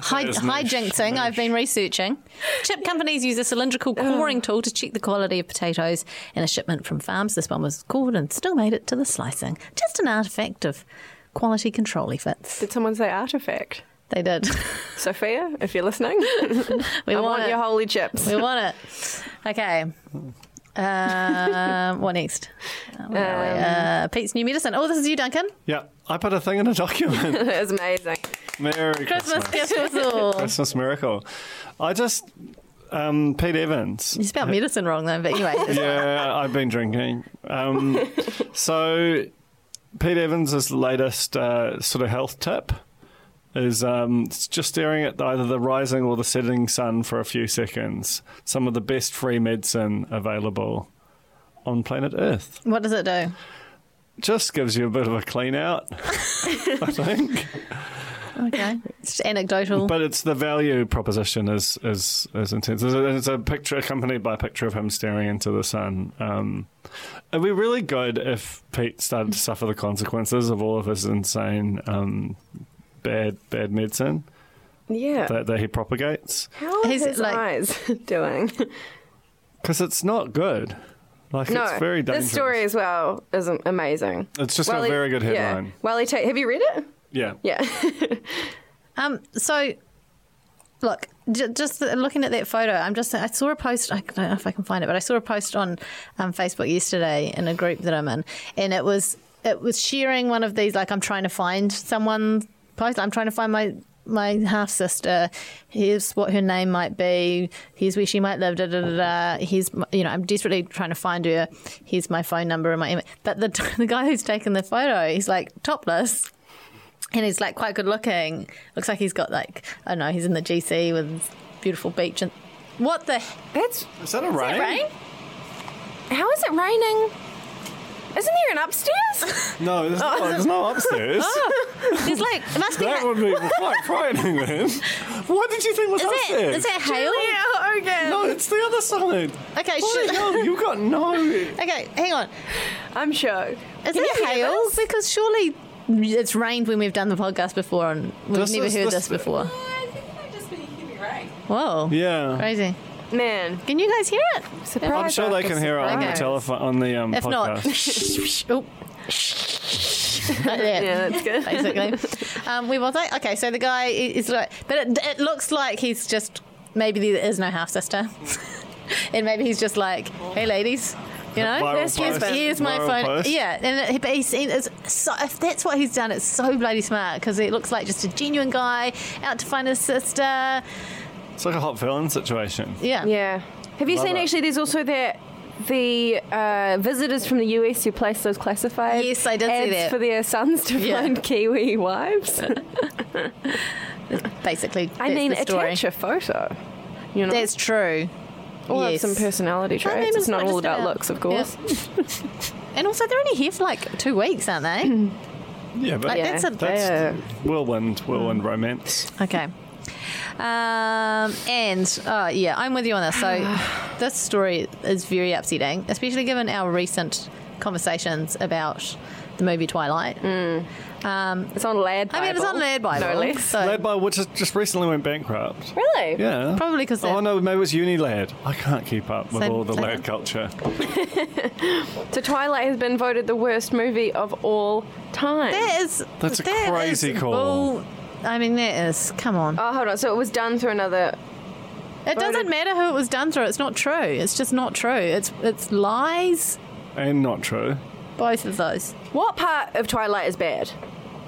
B: hi-
D: There's Mish.
B: hijinxing, I've been researching. Chip companies use a cylindrical coring tool to check the quality of potatoes in a shipment from farms. This one was cored and still made it to the slicing. Just an artifact of quality control efforts.
C: Did someone say artifact?
B: They did.
C: Sophia, if you're
B: [laughs]
C: listening,
B: we
C: I
B: want,
C: want
B: it.
C: your holy chips.
B: we want it. Okay. Um, what next? Uh, Pete's new medicine. Oh, this is you, Duncan.
D: Yeah, I put a thing in
B: [laughs]
C: [laughs]
D: a document.
C: It was Uh, amazing.
D: Merry
B: Christmas
D: Christmas.
B: gift was all.
D: Christmas miracle. I just, um, Pete Evans.
B: [laughs] You spelled medicine wrong then, but anyway.
D: yeah, I've been drinking. Um, so, Pete Evans' latest uh, sort of health tip is um, it's just staring at either the rising or the setting sun for a few seconds. Some of the best free medicine available on planet Earth.
B: what does it do?
D: Just gives you a bit of a clean out, [laughs] I think.
B: Okay. It's just anecdotal.
D: But it's the value proposition is is is intense. There's a, it's a picture accompanied by a picture of him staring into the sun. Um, it'd be really good if Pete started to suffer the consequences of all of his insane um, bad bad medicine
C: Yeah.
D: that, that he propagates
C: How are
B: He's
C: his
B: like-
C: eyes [laughs] doing?
D: because it's not good. Like
C: no,
D: it's very dangerous.
C: this story as well is am- amazing.
D: It's just
C: While
D: a
C: he-
D: very good
C: yeah.
D: headline.
C: While he take, have you read it?
D: Yeah.
C: Yeah.
B: Um, so, look, j- just looking at that photo, I'm just, I saw a post, I don't know if I can find it, but I saw a post on um, Facebook yesterday in a group that I'm in, and it was, it was sharing one of these, like, I'm trying to find someone post, I'm trying to find my, my half sister, here's what her name might be, here's where she might live, da da da da. Here's, my- you know, I'm desperately trying to find her, here's my phone number and my email. But the, [laughs] the guy who's taken the photo, he's like topless and he's like quite good looking. Looks like he's got like I don't know. He's in the GC with beautiful beach and what the
C: [laughs] That's
D: Is that a rain?
C: rain. How is it raining? Isn't there an [laughs] upstairs?
D: No, there's, no, there's no upstairs.
B: he's like it must be. like,
D: That would be quite frightening then. What did you think was
B: is
D: upstairs?
B: it is it hail?
C: Hogan.
D: No, it's the other side.
B: Okay,
D: What the
B: shit.
D: hell? You got no.
B: Okay, hang on.
C: I'm shocked.
B: Is
C: Can you
B: it
C: hear
B: hail?
C: this?
B: Because surely it's rained when we've done the podcast before, and we've
D: This
B: never
D: is-
B: heard this,
D: this-
B: before.
E: I think it might just be heavy rain.
B: Whoa,
D: Yeah.
B: crazy!
C: Man,
B: Can you guys hear it?
D: [laughs] I'm sure they can hear it on the
B: surprise.
D: telephone on the um,
B: If [laughs]
D: podcast.
B: not, oh. like that.
C: Yeah,
B: [laughs]
C: that's good. [laughs]
B: basically. um, we was like, okay, so the guy is like, but it, it looks like he's just maybe there is no half sister, [laughs] and maybe he's just like, hey, ladies. You know,
D: Viral
B: here's, here's-
D: post.
B: here's my
D: Viral
B: phone.
D: post.
B: Yeah, and it, but he's seen it's so, if that's what he's done, it's so bloody smart because it looks like just a genuine guy out to find his sister. Yeah,
D: It's like a hot villain situation.
C: Yeah. Have you
D: Love
C: seen
D: it.
C: actually? There's also that the uh, visitors from the US who place those classified
B: Yes, I did see
C: ads
B: that.
C: for their sons
B: [laughs]
C: to
B: Yeah.
C: find
B: [laughs]
C: Kiwi wives.
B: basically.
C: I
B: that's
C: mean,
B: the story.
C: attach a photo. You know,
B: That's true.
C: all have
B: yes.
C: some personality traits.
B: mean,
C: it's,
B: it's
C: not,
B: not
C: all
B: just
C: about,
B: about-
C: looks, of
B: [laughs]
C: course.
B: And also, they're only here for like two weeks, aren't
C: [laughs]
B: they?
D: Yeah, but
B: Like, Hmm.
C: Yeah.
B: that's a
D: that's
C: Yeah.
D: whirlwind, whirlwind romance.
B: Okay. Um, and uh, yeah, I'm with you on this.
C: [sighs]
B: So this story is very upsetting, especially given our recent conversations about the movie Twilight.
C: It's on Lad
B: I
C: Mm. Bible.
B: mean, it was on Laird Bible.
C: No less.
B: So
D: Led by which is- just recently went bankrupt.
C: Really?
D: Yeah.
B: probably because
D: Oh no, maybe it was Unilad. I can't keep up with
B: Same-
D: all the
B: same.
D: lad culture.
C: So Twilight has been voted the worst movie of all time.
B: that is
D: That's a
B: that
D: crazy
B: is
D: call.
B: bull- I mean, that is come on.
C: oh, hold on. So it was done through another.
B: it doesn't
C: voted-
B: matter who it was done through. It's not true. It's just not true. It's it's lies.
D: And not true.
B: Both of those.
C: What part of Twilight is bad?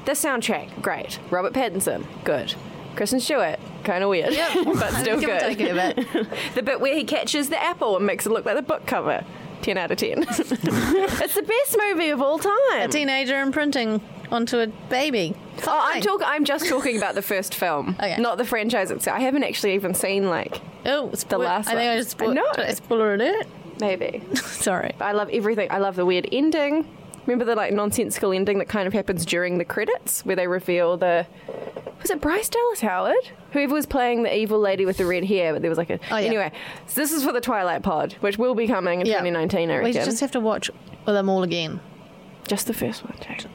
C: The soundtrack, great. Robert Pattinson, good. Kristen Stewart, kind of weird, [laughs]
B: [laughs]
C: but still
B: Give or take
C: good.
B: it a
C: [laughs]
B: bit.
C: The bit where he catches the apple and makes it look like the book cover. 10 out of 10.
B: [laughs]
C: it's the best movie of all
B: A
C: time.
B: teenager imprinting onto a baby.
C: Oh, I'm,
B: Fine.
C: talk- I'm just talking about the first film,
B: [laughs] Okay.
C: not the franchise itself. I haven't actually even seen, like,
B: Oh, spoil-
C: last
B: I think I
C: one.
B: just
C: I
B: spoiled.
C: know.
B: Did I spoiler alert.
C: maybe. [laughs]
B: Sorry.
C: I love everything. I love the weird ending. Remember the like nonsensical ending that kind of happens during the credits where they reveal the was it Bryce Dallas Howard? Whoever was playing the evil lady with the red hair, but there was like a
B: Oh, yeah.
C: anyway. So this is for the Twilight Pod, which will be coming in 2019, I
B: We
C: reckon.
B: just
C: Just,
B: have to watch them all again.
C: the first one, Jake.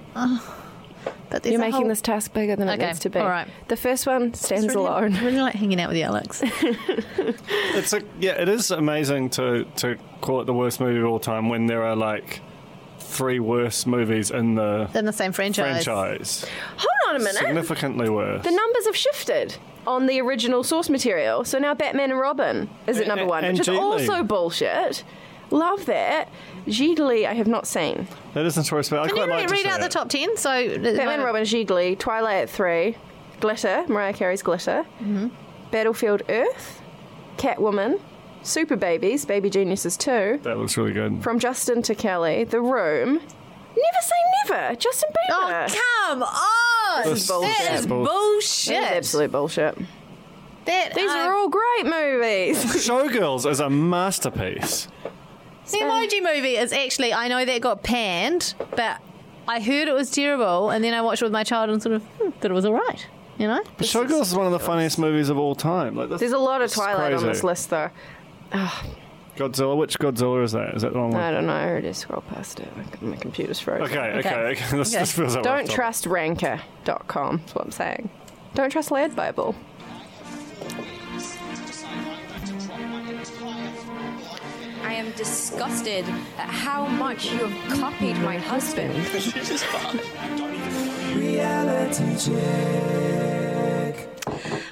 B: But there's
C: You're
B: a
C: making
B: whole-
C: this task bigger than
B: Okay,
C: it needs to be.
B: all right.
C: The first one
B: It's
C: stands
B: really,
C: alone.
B: I really like hanging out with you,
C: [laughs]
B: Alex.
D: It's a yeah, it is amazing to to call it the worst movie of all time when there are like three worst movies in the
B: In the same franchise.
D: franchise.
C: Hold on a minute.
D: Significantly worse.
C: the numbers have shifted on the original source material. So now Batman and Robin is at
D: A-
C: number
D: a-
C: one,
D: and
C: which is
D: G-League.
C: also bullshit. Love that. Gigli, I have not seen.
D: That is notorious, but I
B: Can
D: quite
B: you
D: like
B: read,
D: to
B: read
D: see
B: out
D: it.
B: the top ten? So uh,
C: Batman and Robin, Gigli, Twilight at 3, Glitter, Mariah Carey's Glitter,
B: Mm-hmm.
C: Battlefield Earth, Catwoman, Super Babies, Baby Geniuses 2,
D: That looks really good.
C: From Justin to Kelly, The Room. Never say never, Justin Bieber.
B: Oh come on!
D: This is
B: That
D: bullshit.
B: is
D: Bull-
B: bullshit.
C: That is absolute bullshit.
B: That,
C: These
B: uh,
C: are all great movies. [laughs]
D: Showgirls is a masterpiece.
B: The emoji movie is actually, I know that got panned, but I heard it was terrible, and then I watched it with my child and sort of hmm, thought it was all right. You know?
D: But Showgirls is one of the funniest movies of all time. Like this,
C: There's a lot of
D: It's
C: Twilight on
D: crazy.
C: this list, though.
D: Godzilla. Which Godzilla is that? Is that the one? with-
C: I don't know. I already scrolled past it. My- My computer's frozen.
D: Okay, okay,
B: Okay.
D: okay. [laughs] This, this feels like
C: Don't
D: off
C: trust ranker.com, is what I'm saying. Don't trust Lad Bible.
F: I am disgusted at how much you have copied my husband.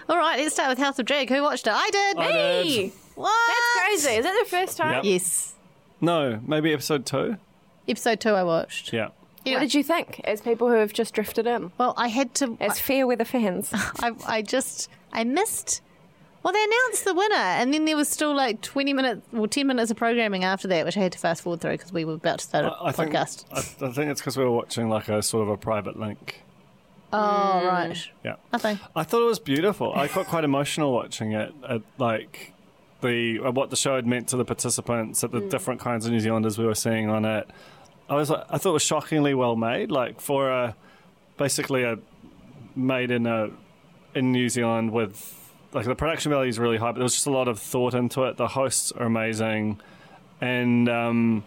B: All right, let's start with House of Drag. Who watched it? I did.
D: I did. Hey!
B: What?
C: That's crazy. Is that the first time?
D: Yep.
B: Yes.
D: topic. No, maybe episode two.
B: Episode two, I watched.
D: Yeah.
C: What did you think as people who have just drifted in?
B: Well, I had to.
C: As fair weather fans. [laughs]
B: I, I just I missed. Well, they announced the winner, and then there was still like twenty minutes, well, ten minutes of programming after that, which I had to fast forward through because we were about to start a
D: I, I think. I,
B: podcast.
D: I think it's because we were watching like a sort of a private link.
B: oh
C: Mm.
B: right,
D: Yeah.
B: nothing.
D: I thought it was beautiful. I got quite emotional watching it. At, like the at what the show had meant to the participants, at the different kinds of New Zealanders we were seeing on it. I was like, I thought it was shockingly well made. Like for a basically a made in a in New Zealand with like the production value is really high, but there was just a lot of thought into it. The hosts are amazing, and um,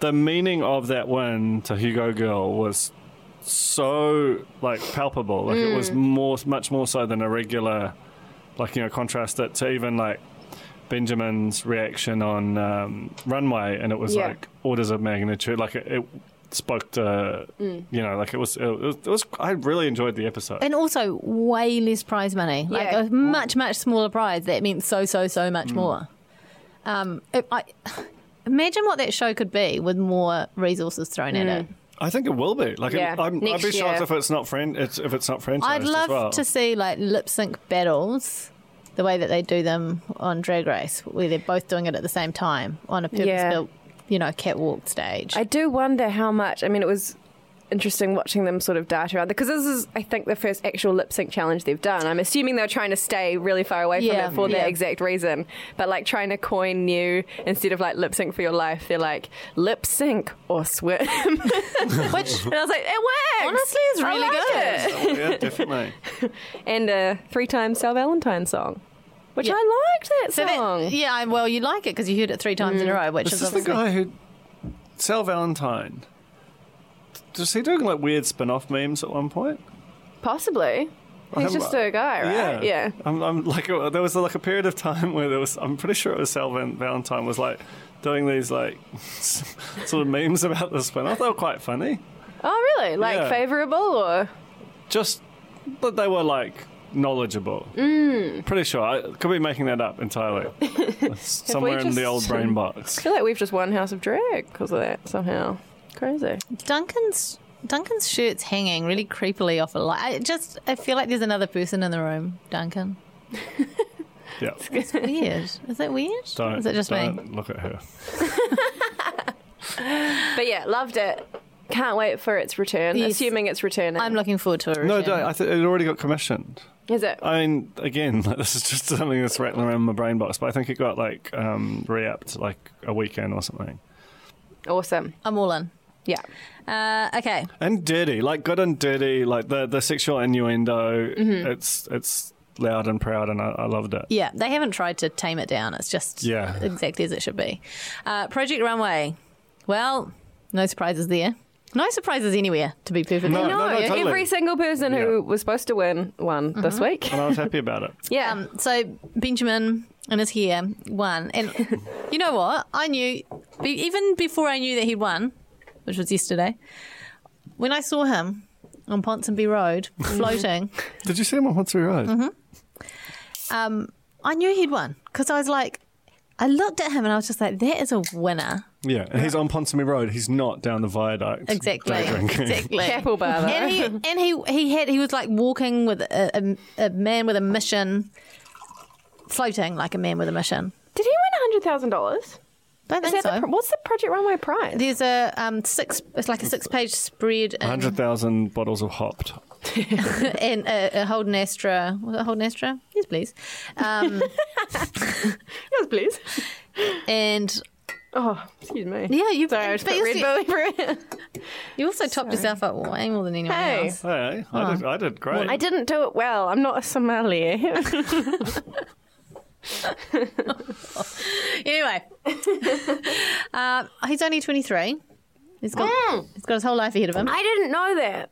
D: the meaning of that win to Hugo Girl was so like palpable. Like it was more, much more so than a regular. Like you know, contrast it to even like Benjamin's reaction on um, Runway, and it was
C: Yeah.
D: like orders of magnitude. Like it, it spoke to
B: Mm.
D: you know, like it was, it was. It was. I really enjoyed the episode.
B: And also, way less prize money. Like
C: Yeah.
B: a much, much smaller prize. That meant so, so, so
D: Mm.
B: much more. Um, it, I, imagine what that show could be with more resources thrown
C: Mm.
B: at it.
D: I think it will be. Like,
C: Yeah,
D: it, I'm, I'd
C: next
D: be shocked
C: year.
D: if it's not friend. It's, if it's not franchised
B: I'd love
D: as well.
B: to see like lip sync battles, the way that they do them on Drag Race, where they're both doing it at the same time on a purpose-built, you know, catwalk stage.
C: I do wonder how much. I mean, it was interesting watching them sort of dart around because this is, I think, the first actual lip sync challenge they've done. I'm assuming they're trying to stay really far away from
B: Yeah.
C: it for
B: Yeah.
C: that exact reason. But like trying to coin new instead of like lip sync for your life, they're like lip sync or [laughs] swim. and
B: Which
C: I was like, it works.
B: Honestly, it's
C: I
B: really
C: like it.
B: [laughs]
D: yeah, definitely.
C: And a three-time Sal Valentine song, which
B: Yeah.
C: I liked that
B: so
C: song. Mm.
B: that, yeah, I- well, you like it because you heard it three times in a row, which is
D: This is the
B: obviously
D: guy who Sal Valentine. Does he doing like weird spin-off memes at one point?
C: Possibly.
D: I
C: He's
D: haven't-
C: just a guy, right?
D: Yeah, I'm, I'm like uh, there was like a period of time where there was. I'm pretty sure it was Sal Van- Valentine was like doing these like [laughs] sort of memes about the spin-off. They were quite funny.
C: Oh, really? Like
D: Yeah.
C: favorable or?
D: just that they were like knowledgeable. Mm. Pretty sure. I could be making that
B: [laughs]
D: up entirely. Somewhere in
C: just-
D: the old brain box.
C: I feel like we've just won House of Drag because of that somehow. Crazy.
B: Duncan's. Duncan's shirt's hanging really creepily off a light. I just, I feel like there's another person in the room, Duncan.
D: Yeah.
B: It's
D: [laughs]
B: weird. Is that weird?
D: Don't,
B: Is it just me?
D: don't look at her.
C: But yeah, loved it. Can't wait for its return.
B: Yes.
C: Assuming it's returning.
B: I'm looking forward to it.
D: No, don't. I th- it already got commissioned.
C: Is it?
D: I mean, again, [laughs] like, this is just something that's rattling around my brain box, but I think it got like um, re-upped like a weekend or something.
C: awesome.
B: I'm all in.
C: Yeah.
B: Uh, okay.
D: And dirty, like good and dirty, like the the sexual innuendo.
B: Mm-hmm.
D: It's it's loud and proud, and I, I loved it.
B: Yeah, they haven't tried to tame it down. It's just
D: Yeah.
B: exactly as it should be. Uh, Project Runway. Well, no surprises there. No surprises anywhere, to be perfectly
D: No,
B: honest.
D: no, no, totally.
C: Oh, Every single person
D: Yeah. Um,
C: who was supposed to win won this week.
D: And I was happy
B: [laughs]
D: about it.
C: Yeah.
B: Um, so Benjamin and his hair won, and you know what? I knew be- even before I knew that he'd won, which was yesterday. When I saw him on Ponsonby Road floating,
D: Did you see him on What's Road?
B: um, I knew he'd won because I was like, I looked at him and I was just like, that is a winner.
D: Yeah, and he's on Ponsonby Road. He's not down the viaduct.
B: Exactly.
D: day drinking. [laughs]
B: Exactly.
C: [laughs] Chapel bar,
B: [laughs]
C: though.
B: And he and he he had he was like walking with a, a, a man with a mission, floating like a man with a mission.
C: Did he win hundred thousand dollars?
B: Don't think so.
C: what's the Project Runway prize?
B: There's a um six. It's like a six page spread in,
D: 100,000 bottles of hopped.
B: [laughs] in a, a Holden Astra. Was it Holden Astra? Yes, please. Um,
C: Yes, please.
B: and
C: Oh, excuse me.
B: yeah, you.
C: Sorry, I just
B: but
C: put
B: you,
C: Red
B: also-
C: Bull [laughs] everywhere.
B: you also topped yourself up way more than anyone
C: Hey.
B: else.
D: Hey, I, did, I did great.
C: I didn't do it well. I'm not a sommelier. [laughs]
B: [laughs] Anyway, um, he's only twenty three. He's got he's got his whole life ahead of him.
C: I didn't know that.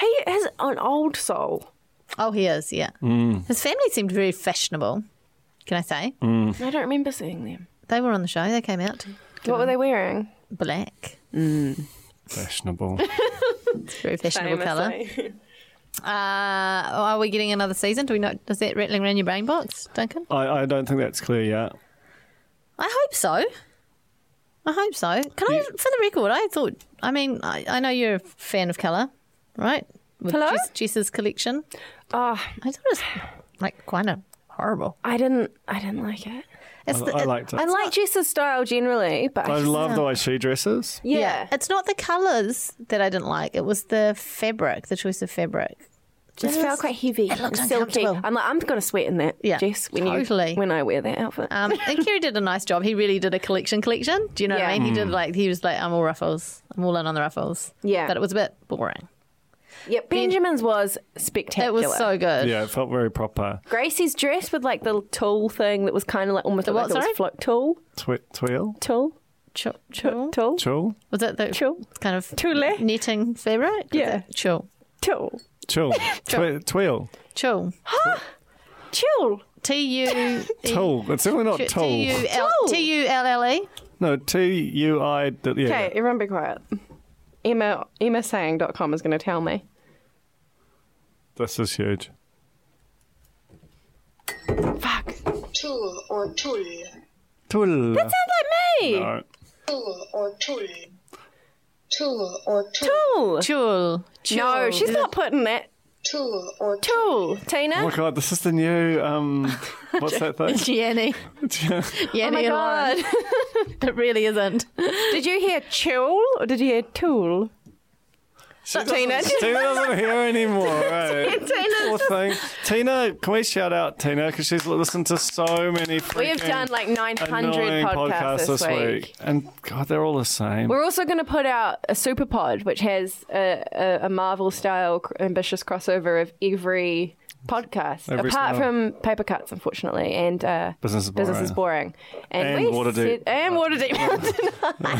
C: He is an old soul.
B: Oh, he is. Yeah, his family seemed very fashionable. Can I say
C: I don't remember seeing them.
B: they were on the show? They came out
C: What were they wearing?
B: black,
D: Fashionable.
B: very fashionable
C: eh?
B: colour. Uh, are we getting another season? Do we not? Is that rattling around your brain box, Duncan?
D: I, I don't think that's clear yet.
B: I hope so. I hope so. Can I, for the record, I thought. I mean, I, I know you're a fan of colour, right? With
C: Hello?
B: Jess, Jess's collection.
C: Oh,
B: I thought it was like quite a horrible.
C: [laughs] I didn't. I didn't like it.
B: It's
D: I- I liked it.
C: I like Jess's style generally, but
D: I love the way she dresses.
C: yeah.
B: It's not the colours that I didn't like. It was the fabric, the choice of fabric.
C: It felt quite heavy,
B: It looked
C: and silky.
B: uncomfortable.
C: I'm like, I'm gonna sweat in that,
B: Yeah,
C: Jess. When
B: totally.
C: you when I wear that outfit, [laughs]
B: Um, and Kerry did a nice job. He really did a collection collection. Do you know what I
C: Yeah.
B: mean? He did like, he was like, I'm all ruffles. I'm all in on the ruffles.
C: Yeah.
B: But it was a bit boring.
C: yeah. Benjamin's was
B: It
C: spectacular.
B: was so good.
D: Yeah, it felt very proper.
C: Gracie's dress with like the tool thing that was kind of like almost
B: The
C: like
B: what,
C: it
B: sorry?
C: was float tool,
D: Twi- twill?
C: tool,
B: Chill.
C: tool,
B: chill.
C: tool,
D: Chill?
B: Was it the
C: Chill.
B: kind of
C: Tule.
B: knitting fabric? Was
C: Yeah.
B: it Chill.
C: tool,
B: [laughs]
D: Chill. Twi- twill.
B: Chill.
C: chill.
B: T U
D: Tool. It's definitely not
B: T
D: tool.
B: U L
C: Tulle.
B: T U L L E.
D: No, T U I. d- Yeah.
C: Okay, everyone be quiet. Emma, EmmaSaying.com is going to tell me.
D: This is huge.
C: Fuck.
G: Tool or tool.
D: Twill. That
C: Sounds like me.
D: no.
G: Tool or tool. Tool or tool.
C: Tool.
B: Chill.
C: No, she's not putting that.
G: Tool or tool.
C: Tool,
D: Oh
C: Tina.
D: my god, this is the new.
B: [laughs]
D: um What's that thing? [laughs] E.
B: Yanny. Yanny
C: Oh my
B: and Lauren.
C: god.
B: It really isn't.
C: [laughs] did you hear chill or did you hear tool? Tina.
D: Tina doesn't hear
C: [laughs]
D: anymore, right?
C: Tina.
D: Poor thing. Tina, can we shout out Tina? Because she's listened to so many
C: We have
D: freaking
C: done like 900
D: annoying
C: podcasts this week.
D: And God, they're all the same. [laughs]
C: We're also going to put out a super pod, which has a, a, a Marvel style cr- ambitious crossover of every podcast,
D: Every
C: apart
D: single-
C: from Paper Cuts, unfortunately, and uh,
D: Business is
C: Business is boring. And,
D: And
C: we
D: Waterdeep.
C: said- and
D: [laughs]
C: Waterdeep.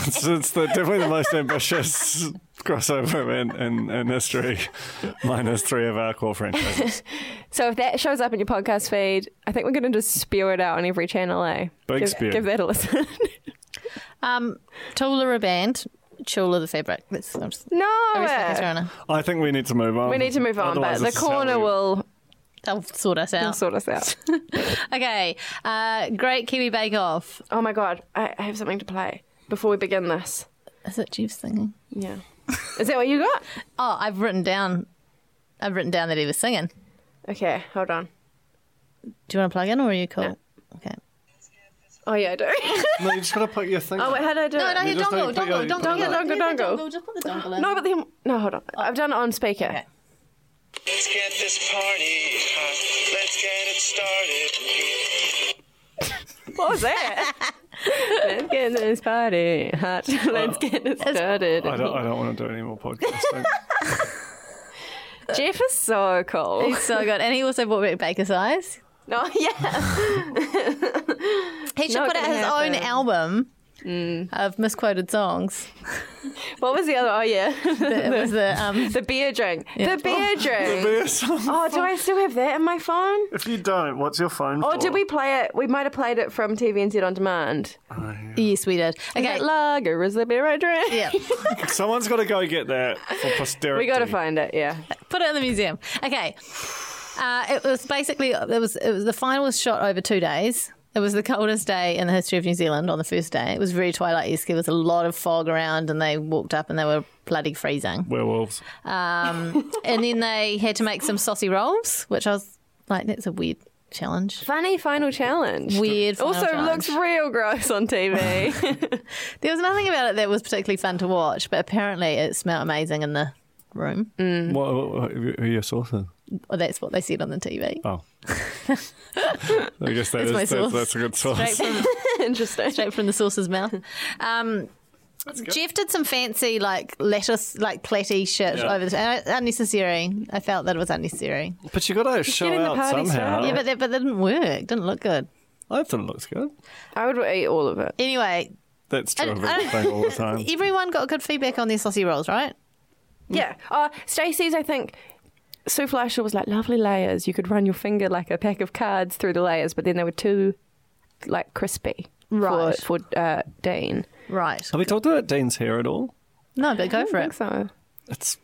D: it's it's the, definitely the most ambitious crossover in, in, in history, [laughs] minus three of our core franchises.
C: so if that shows up in your podcast feed, I think we're going to just spew it out on every channel, eh?
D: Big
C: give,
D: spew.
C: Give that a listen. [laughs]
B: Um, Tool are a band. Chill are the fabric. That's, I'm just,
C: no. eh.
B: every second's going on.
D: I think we need to move on.
C: We need to move on,
D: Otherwise,
C: but
D: this
C: the
D: is how
C: corner
D: we-
C: will
B: They'll sort us
C: will
B: out.
C: sort us [laughs] out.
B: Okay. Uh, great Kiwi Bake Off.
C: oh my god, I, I have something to play before we begin this.
B: Is it Jeeves singing?
C: Yeah. [laughs] Is that what you got?
B: Oh, I've written down. I've written down that he was singing.
C: Okay, hold on.
B: Do you want to plug in or are you cool? Okay.
C: Oh yeah, I do.
D: No, you just got to put your thing.
C: [laughs] oh wait, how do I do
B: No,
C: it?
B: no, here,
D: just
B: dongle,
D: don't put your-
B: dongle, dongle,
C: Dongle, dongle,
B: Here's the
C: dongle.
B: Just put the dongle in.
C: No, but then no, hold on. I've done it on speaker.
H: Let's get this party hot. Let's get it started.
C: What was [laughs] that? Let's get this party hot. Let's get it started.
D: I don't, I don't want to do any
C: [laughs]
D: more podcasting.
C: Jeff is so cool. [laughs]
B: He's [laughs] so good. And he also bought back Baker's Eyes.
C: No, Oh, yeah.
B: He should
C: Not
B: put out
C: gonna
B: his own
C: happen. Mm.
B: album of misquoted songs.
C: What was the other? Oh [laughs] yeah,
B: It was the um,
C: [laughs] the beer drink. The beer [laughs] drink.
D: Yes. [laughs]
C: Oh, do I still have that in my phone?
D: if you don't, what's your phone
C: Or
D: for?
C: Oh, did we play it? We might have played it from TVNZ on demand.
B: yes, we did. Okay,
C: Is it lager? Is it beer I drink?
B: yeah,
D: Someone's got to go get that for posterity.
C: [laughs] We got to find it. Yeah.
B: [laughs] put it in the museum. Okay, uh, it was basically it was it was the final was shot over two days. It was the coldest day in the history of New Zealand on the first day. It was very twilight esque. There was a lot of fog around, and they walked up and they were bloody freezing.
D: Werewolves.
B: And then they had to make some saucy rolls, which I was like, that's a weird challenge.
C: Funny final challenge.
B: Weird. final
C: also
B: challenge.
C: looks real gross on [laughs] TV.
B: There was nothing about it that was particularly fun to watch, but apparently it smelled amazing in the room.
D: What, what, what- who are your sources?
B: Or that's what they said on the TV.
D: Oh. I guess that
B: That's
D: is,
B: my
D: that's,
B: source.
D: that's a good
B: Straight
D: source.
B: from,
C: Interesting.
B: straight from the source's mouth. Um, Jeff did some fancy like lettuce, like platy shit
D: Yeah.
B: over the and I- unnecessary. I felt that it was unnecessary.
D: But you got to show
C: getting the
D: out
C: party
D: somehow.
C: started.
B: Yeah, but that, but that didn't work. Didn't look good.
D: I thought it looked good.
C: I would eat all of it.
B: Anyway,
D: That's true
B: I-
D: of
B: I-
D: everything all
B: [laughs]
D: the time.
B: everyone got good feedback on their saucy rolls, right?
C: Yeah. Uh, Stacey's, I think, Sue Fleischer was like, lovely layers. You could run your finger like a pack of cards through the layers, but then they were too, like, crispy
B: Right.
C: for, for uh, Dean.
B: Right.
D: Have we talked about Dean's hair at all?
B: No, but go for
C: I think
B: it.
C: so.
D: It's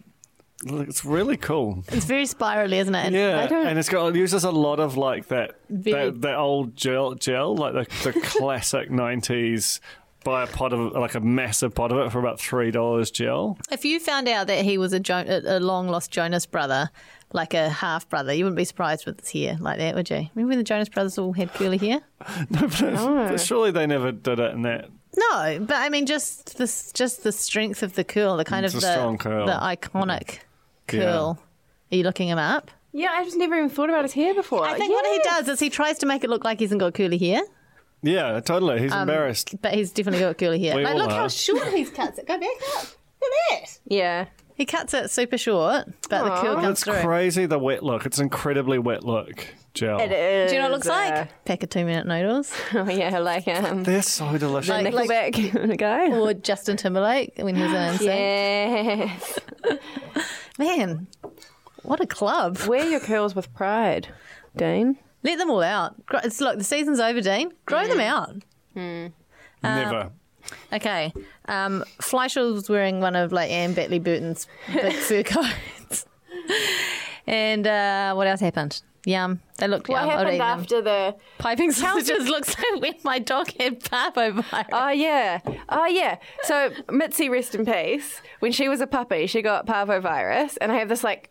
D: look, it's really cool.
B: It's very spirally, isn't it? And
D: Yeah,
C: don't-
D: and it's got it uses a lot of like that
B: Very-
D: that, that old gel gel like the, the classic nineties. Buy a pot of like a massive pot of it for about three dollars gel.
B: If you found out that he was a, jo- a long lost Jonas brother, like a half brother, you wouldn't be surprised with his hair like that, would you? Remember when the Jonas brothers all had curly hair?
C: Oh.
D: But surely they never did it in that.
B: No, but I mean, just this, just the strength of the curl, the kind
D: It's
B: of
D: a
B: the,
D: strong curl.
B: the iconic curl. Are you looking him up?
C: Yeah, I just never even thought about his hair before.
B: I think what he does is he tries to make it look like he's not got curly hair,
D: Yeah, totally.
C: Um,
D: He's embarrassed.
B: but he's definitely got curly hair.
D: We
B: Like,
D: all
B: look how
D: are.
B: short he's cuts it. Go back up. Look at that.
C: Yeah.
B: He cuts it super short, but the curl comes
D: It's
B: through.
D: crazy the wet look. It's incredibly wet look gel.
C: It is.
B: Do you know what it looks like? Pack of two minute noodles.
C: Oh, yeah, like uh, um,
D: They're so delicious.
B: Like-
C: [laughs] Nickelback guy.
B: Or Justin Timberlake when he was
D: [sighs]
B: in Insane.
C: Yes.
B: Man, what a club.
C: Wear your curls with pride, Dean.
B: Let them all out. Gr- It's like the season's over, Dean. Grow them out.
D: never.
B: Okay. Um, Fleischl was wearing one of like Anne Batley Burton's [laughs] big fur coats. and uh, what else happened? Yum. They looked yum. I'd eat them.
C: the?
B: Piping sausages looks like when my dog had parvo virus.
C: Oh yeah, oh yeah. So Mitzi, rest in peace. When she was a puppy, she got parvo virus, and I have this like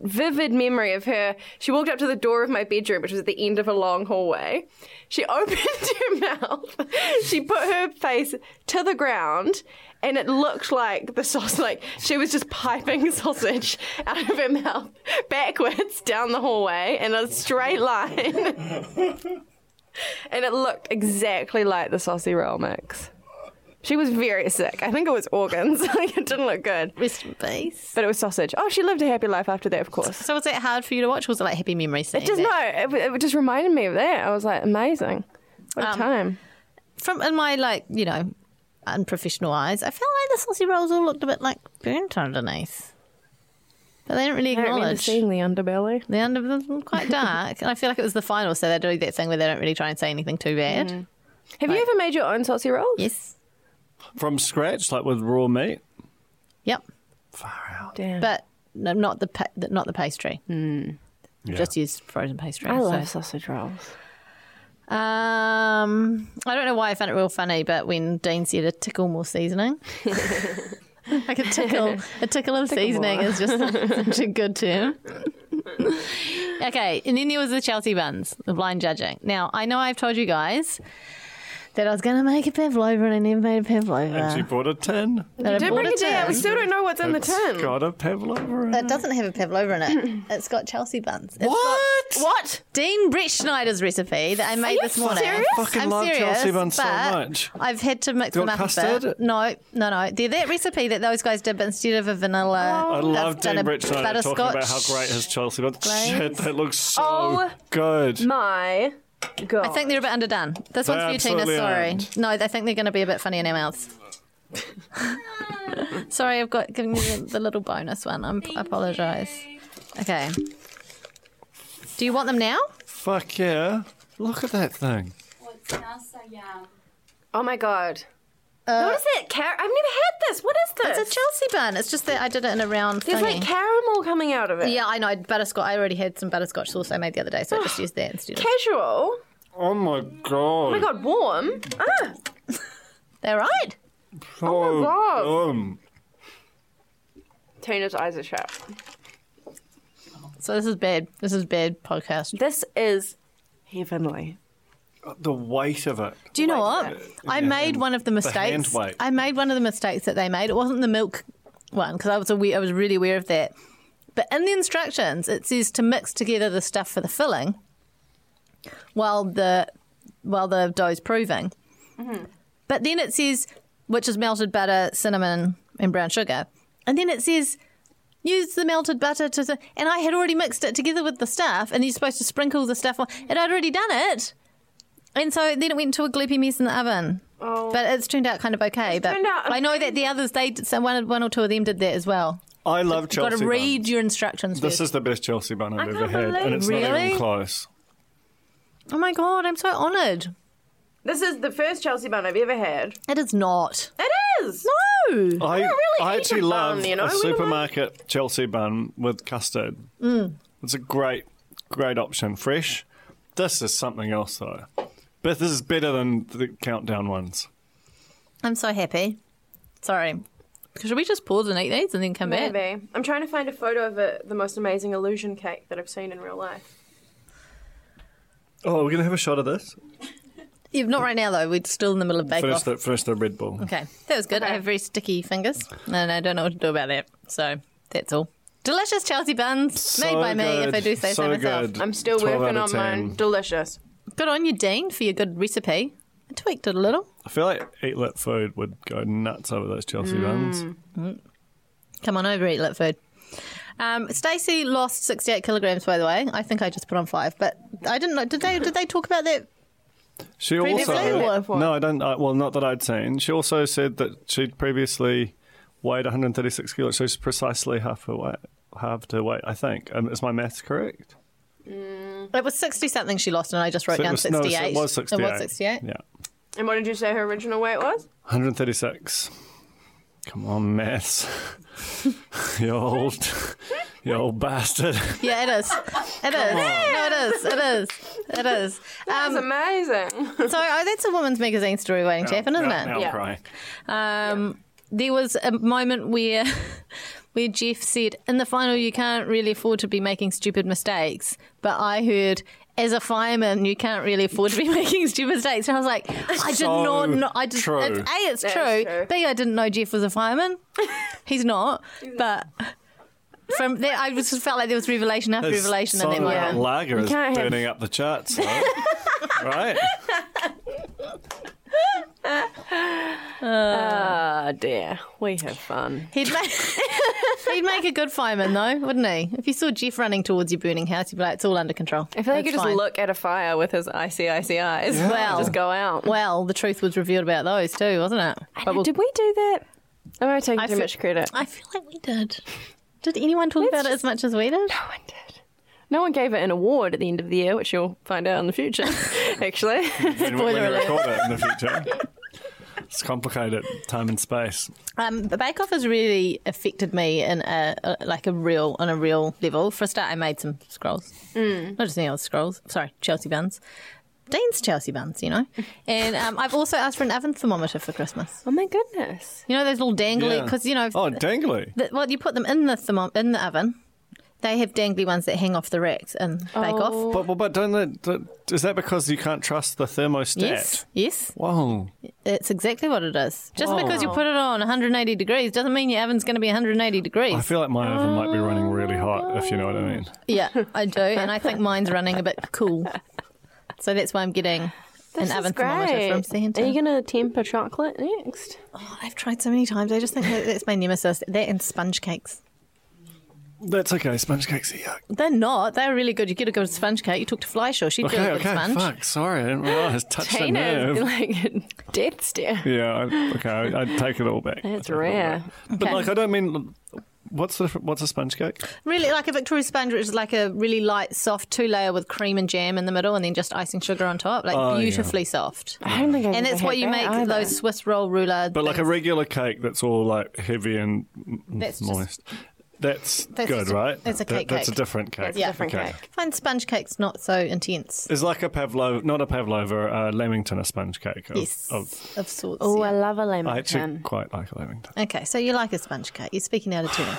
C: vivid memory of her. She walked up to the door of my bedroom, which was at the end of a long hallway. She [laughs] opened her mouth. She put her face to the ground. And it looked like the sauce, like she was just piping [laughs] sausage out of her mouth backwards down the hallway in a straight line. And it looked exactly like the saucy roll mix. She was very sick. I think it was organs. [laughs] like it didn't look good.
B: Rest in peace.
C: But it was sausage. Oh, she lived a happy life after that, of course.
B: So was it hard for you to watch? Or was it like happy memories?
C: It just no, it, it just reminded me of that. I was like, amazing. What a
B: Um,
C: time.
B: From in my like you know unprofessional eyes, I felt like the saucy rolls all looked a bit like burnt underneath. But they didn't really
C: I remember
B: acknowledge.
C: seeing the underbelly.
B: The end of them were quite dark, and I feel like it was the final, so they're doing that thing where they don't really try and say anything too bad.
C: Mm. Have you ever made your own saucy rolls?
B: Yes,
D: From scratch, like with raw meat.
B: yep,
C: Damn.
B: but no, not the pa- the- not the pastry. Just use frozen pastry.
C: Mm. I
B: so-
C: love sausage rolls.
B: Um, I don't know why I found it real funny, but when Dean said a tickle more seasoning, like a tickle, a tickle of seasoning
C: more.
B: is just such a good term. okay, and then there was the Chelsea buns, the blind judging. Now I know I've told you guys that I was going to make a pavlova, and I never made a
D: And she
B: pavlova.
D: bought a tin.
B: But I
C: Don't
B: bought
C: bring
B: a
C: Uh. it down. We
B: tin.
C: still don't know what's in the
D: It's
C: tin.
D: Got a pavlova. in
B: It doesn't have a pavlova in
D: [clears throat]
B: it. It's got Chelsea buns. It's
D: What?
C: What?
B: Dean Brett Schneider's recipe that I made
C: you
B: this morning.
C: serious?
D: I fucking
B: I'm
D: love
B: serious,
D: Chelsea buns so
B: but
D: much.
B: I've had to mix
D: You
B: them
D: got
B: up a
D: custard?
B: bit. No, no, no. They're that recipe that those guys did, but instead of a vanilla,
D: Oh. I
B: they've
D: love
B: done
D: Dean
B: a
D: Brett Schneider talking
B: butterscotch.
D: about how great his Chelsea was.
B: glaze.
D: Shit, that looks so
C: Oh.
D: good.
C: My God.
B: I think they're a bit underdone. This one's for you, Tina.
D: absolutely
B: Sorry.
D: aren't.
B: No, I think they're going to be a bit funny in our mouths. [laughs] sorry, I've got given you the, the little bonus one. I'm, I apologise. Okay. Do you want them now?
D: Fuck yeah. Look at that thing.
E: Well, it smells so yum.
C: oh my God. what is that? Car- I've never had this. What is this?
B: Uh, It's a Chelsea bun. It's just that I did it in a round
C: There's
B: thingy.
C: like caramel coming out of it.
B: Oh, Yeah, I know. I'd Butterscotch. I already had some butterscotch sauce I made the other day, so I just used that instead. of-
C: Casual.
D: Oh my god.
C: I got warm. Ah,
B: They're right.
D: oh
C: God.
D: Um,
C: Tina's eyes are shut.
B: So this is bad. This is bad podcast.
C: This is heavenly.
D: the weight of it.
B: Do you know what? I made one of the
D: hand
B: mistakes.
D: wipe.
B: I made one of the mistakes that they made. It wasn't the milk one because I was aware, I was really aware of that. But in the instructions, it says to mix together the stuff for the filling while the while the dough's proving. But then it says, which is melted butter, cinnamon, and brown sugar. And then it says, use the melted butter to. The, and I had already mixed it together with the stuff, and you're supposed to sprinkle the stuff on. And I'd already done it. And so then it went into a gloopy mess in the oven. Oh. But it's turned out kind of okay. But
C: turned out
B: I know that the others, they did, so one, one or two of them did that as well.
D: I love
B: You've got
D: Chelsea.
B: to read
D: buns.
B: your instructions
D: This
B: first.
D: is the best Chelsea bun I've
C: I
D: ever
C: can't
D: had, and it's not
B: Really?
D: even close.
B: oh my god, I'm so honoured.
C: This is the first Chelsea bun I've ever had.
B: It is not.
C: It is.
B: No.
D: I,
C: really
D: I
C: hate
D: actually
C: a bun,
D: love
C: you know?
D: a
C: We don't like-
D: supermarket Chelsea bun with custard.
C: Mm.
D: It's a great, great option. Fresh. This is something else though. But this is better than the countdown ones.
B: I'm so happy. Sorry. Should we just pause and eat these and then come back?
C: Maybe. I'm trying to find a photo of it, the most amazing illusion cake that I've seen in real life.
D: Oh, we're gonna have a shot of this.
B: Yeah, not right now though. We're still in the middle of bake
D: Finish
B: off.
D: the finish the Red Bull.
B: Okay, that was good. I have very sticky fingers, and I don't know what to do about that. So that's all. Delicious Chelsea buns made by me, if I do say so, myself.
D: good.
C: I'm still
D: 12
C: working
D: out
C: on
D: of
C: mine.
D: 10.
C: Delicious.
B: Good on you, Dean, for your good recipe. I tweaked it a little.
D: I feel like eat lit food would go nuts over those Chelsea
C: Mm.
D: buns.
B: Come on over, eat lit food. Um, Stacey lost sixty-eight kilograms, by the way. I think I just put on five, but I didn't know. Did they? Did they talk about that?
D: She
B: Previously
D: also
B: or-
D: no, I don't. I, well, not that I'd seen. She also said that she'd previously weighed 136 kilos. So she's precisely half her weight, half her weight. I think. Um, is my maths correct?
B: It was sixty something she lost, and I just wrote
D: So it
B: down
D: was- no, so
B: sixty-eight.
D: it was 68.
B: It was sixty-eight.
D: Yeah,
C: And what did you say her original weight was?
D: 136. Come on, maths. [laughs] you old, you old bastard.
B: Yeah, it is. It is. No, it is. It is. It is. Um,
C: That's amazing.
B: so oh, that's a woman's magazine story waiting to happen, isn't
D: Now-
B: it?
D: now I'm
C: Yeah.
D: crying.
B: Um, There was a moment where [laughs] where Jeff said, "In the final, you can't really afford to be making stupid mistakes." But I heard. As a fireman, you can't really afford to be [laughs] making stupid mistakes. And I was like, I did
D: So
B: not know. I just,
D: true.
B: It's, a, it's
C: That
B: true.
C: is true.
B: B, I didn't know Jeff was a
C: [laughs]
B: fireman. He's not. but from that, I just felt like there was revelation after
D: This
B: revelation in
D: song
B: that
D: about
B: moment.
D: Lager is
C: can't have-
D: burning up the
C: [laughs]
D: charts, though. right?
C: [laughs] Ah, dear. We have fun.
B: He'd make, [laughs] he'd make a good fireman, though, wouldn't he? If you saw Jeff running towards your burning house, you'd be like, it's all under control.
C: I feel like you
B: That's
C: just
B: fine."
C: look at a fire with his icy, icy eyes.
B: Well.
C: just go out.
B: Well, the truth was revealed about those, too, wasn't it? But we'll-
C: Did we do that? Am I taking
B: I
C: too
B: feel-
C: much credit?
B: I feel like we did. Did anyone talk about it as much as we did?
C: No one did. No one gave it an award at the end of the year, which you'll find out in the future,
B: [laughs]
C: actually.
D: [laughs] When, when
B: Spoiler
D: you
B: alert.
D: record it in the future. [laughs] It's complicated, time and space.
B: Um, the Bake Off has really affected me in a, a like a real on a real level. For a start, I made some scrolls,
C: Mm.
B: not just any old scrolls. Sorry, Chelsea buns. Dean's Chelsea buns,
C: [laughs]
B: you know. And um, I've also asked for an oven thermometer for Christmas.
C: oh my goodness.
B: You know those little dangly
D: Yeah.
B: because you know
D: Oh, dangly.
B: The, well, you put them in the thermo- in the oven. They have dangly ones that hang off the racks and bake
C: Oh.
B: off.
D: But, but, but don't they, don't- is that because you can't trust the thermostat?
B: Yes, yes,
D: Whoa.
B: it's exactly what it is. Just
C: Oh.
D: Wow.
B: because you put it on 180 degrees doesn't mean your oven's going to be 180 degrees.
D: I feel like my oven might
B: Oh
D: be running really hot, if you know what I mean.
B: yeah, I do, and I think mine's running a bit cool, so that's why I'm getting an oven thermometer from Santa.
C: Are you going to temper chocolate next?
B: Oh, I've tried so many times. I just think that that's my nemesis. That and sponge cakes.
D: That's okay, sponge cakes are yuck.
B: They're not. They're really good. You get a good sponge cake. You took to Flyshaw. She did
D: Okay,
B: a good
D: okay,
B: sponge.
D: fuck, sorry, I didn't realise. Touched a
C: Tina's
B: [laughs]
C: [laughs]
D: nerve.
C: like death stare.
D: Yeah, I, okay, I, I take it all back. I
C: That's
D: take it all
C: rare.
D: back. But,
B: Okay.
D: like, I don't mean. What's the what's a sponge cake?
B: Really, like a Victoria sponge, which is like a really light, soft two layer with cream and jam in the middle, and then just icing sugar on top. Like
D: Oh, yeah.
B: beautifully soft.
C: I don't think I've
B: And that's
C: ever
B: what
C: had
B: you
C: that
B: make
C: either.
B: those Swiss roll ruler.
D: But like a
B: things.
D: regular cake that's all like heavy and m-
B: That's just-
D: moist That's,
B: That's
D: good,
B: a-
D: right?
B: it's a cake
D: That's
B: cake.
D: a different cake.
C: That's a different
D: Okay.
C: cake.
B: Find sponge cake's not so intense.
D: It's like a pavlova, not a pavlova, a lamington, a sponge cake. Of,
B: Yes, of,
D: of-
B: sorts.
C: Oh,
B: yeah.
C: I love a lemon
D: I actually
C: tin.
D: quite like a lamington.
B: Okay, so you like a sponge cake. You're speaking out of turn.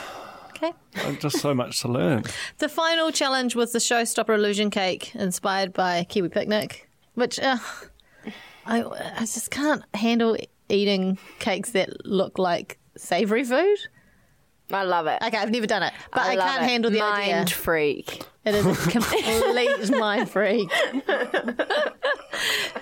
B: Okay.
D: I've just so much to learn.
B: The final challenge was the showstopper illusion cake inspired by Kiwi Picnic, which uh, I, I just can't handle eating cakes that look like savoury food.
C: I love it.
B: Okay, I've never done it, but I,
C: love
B: can't
C: it.
B: handle the
C: Mind
B: idea.
C: freak.
B: It is
D: [laughs]
B: a complete mind freak.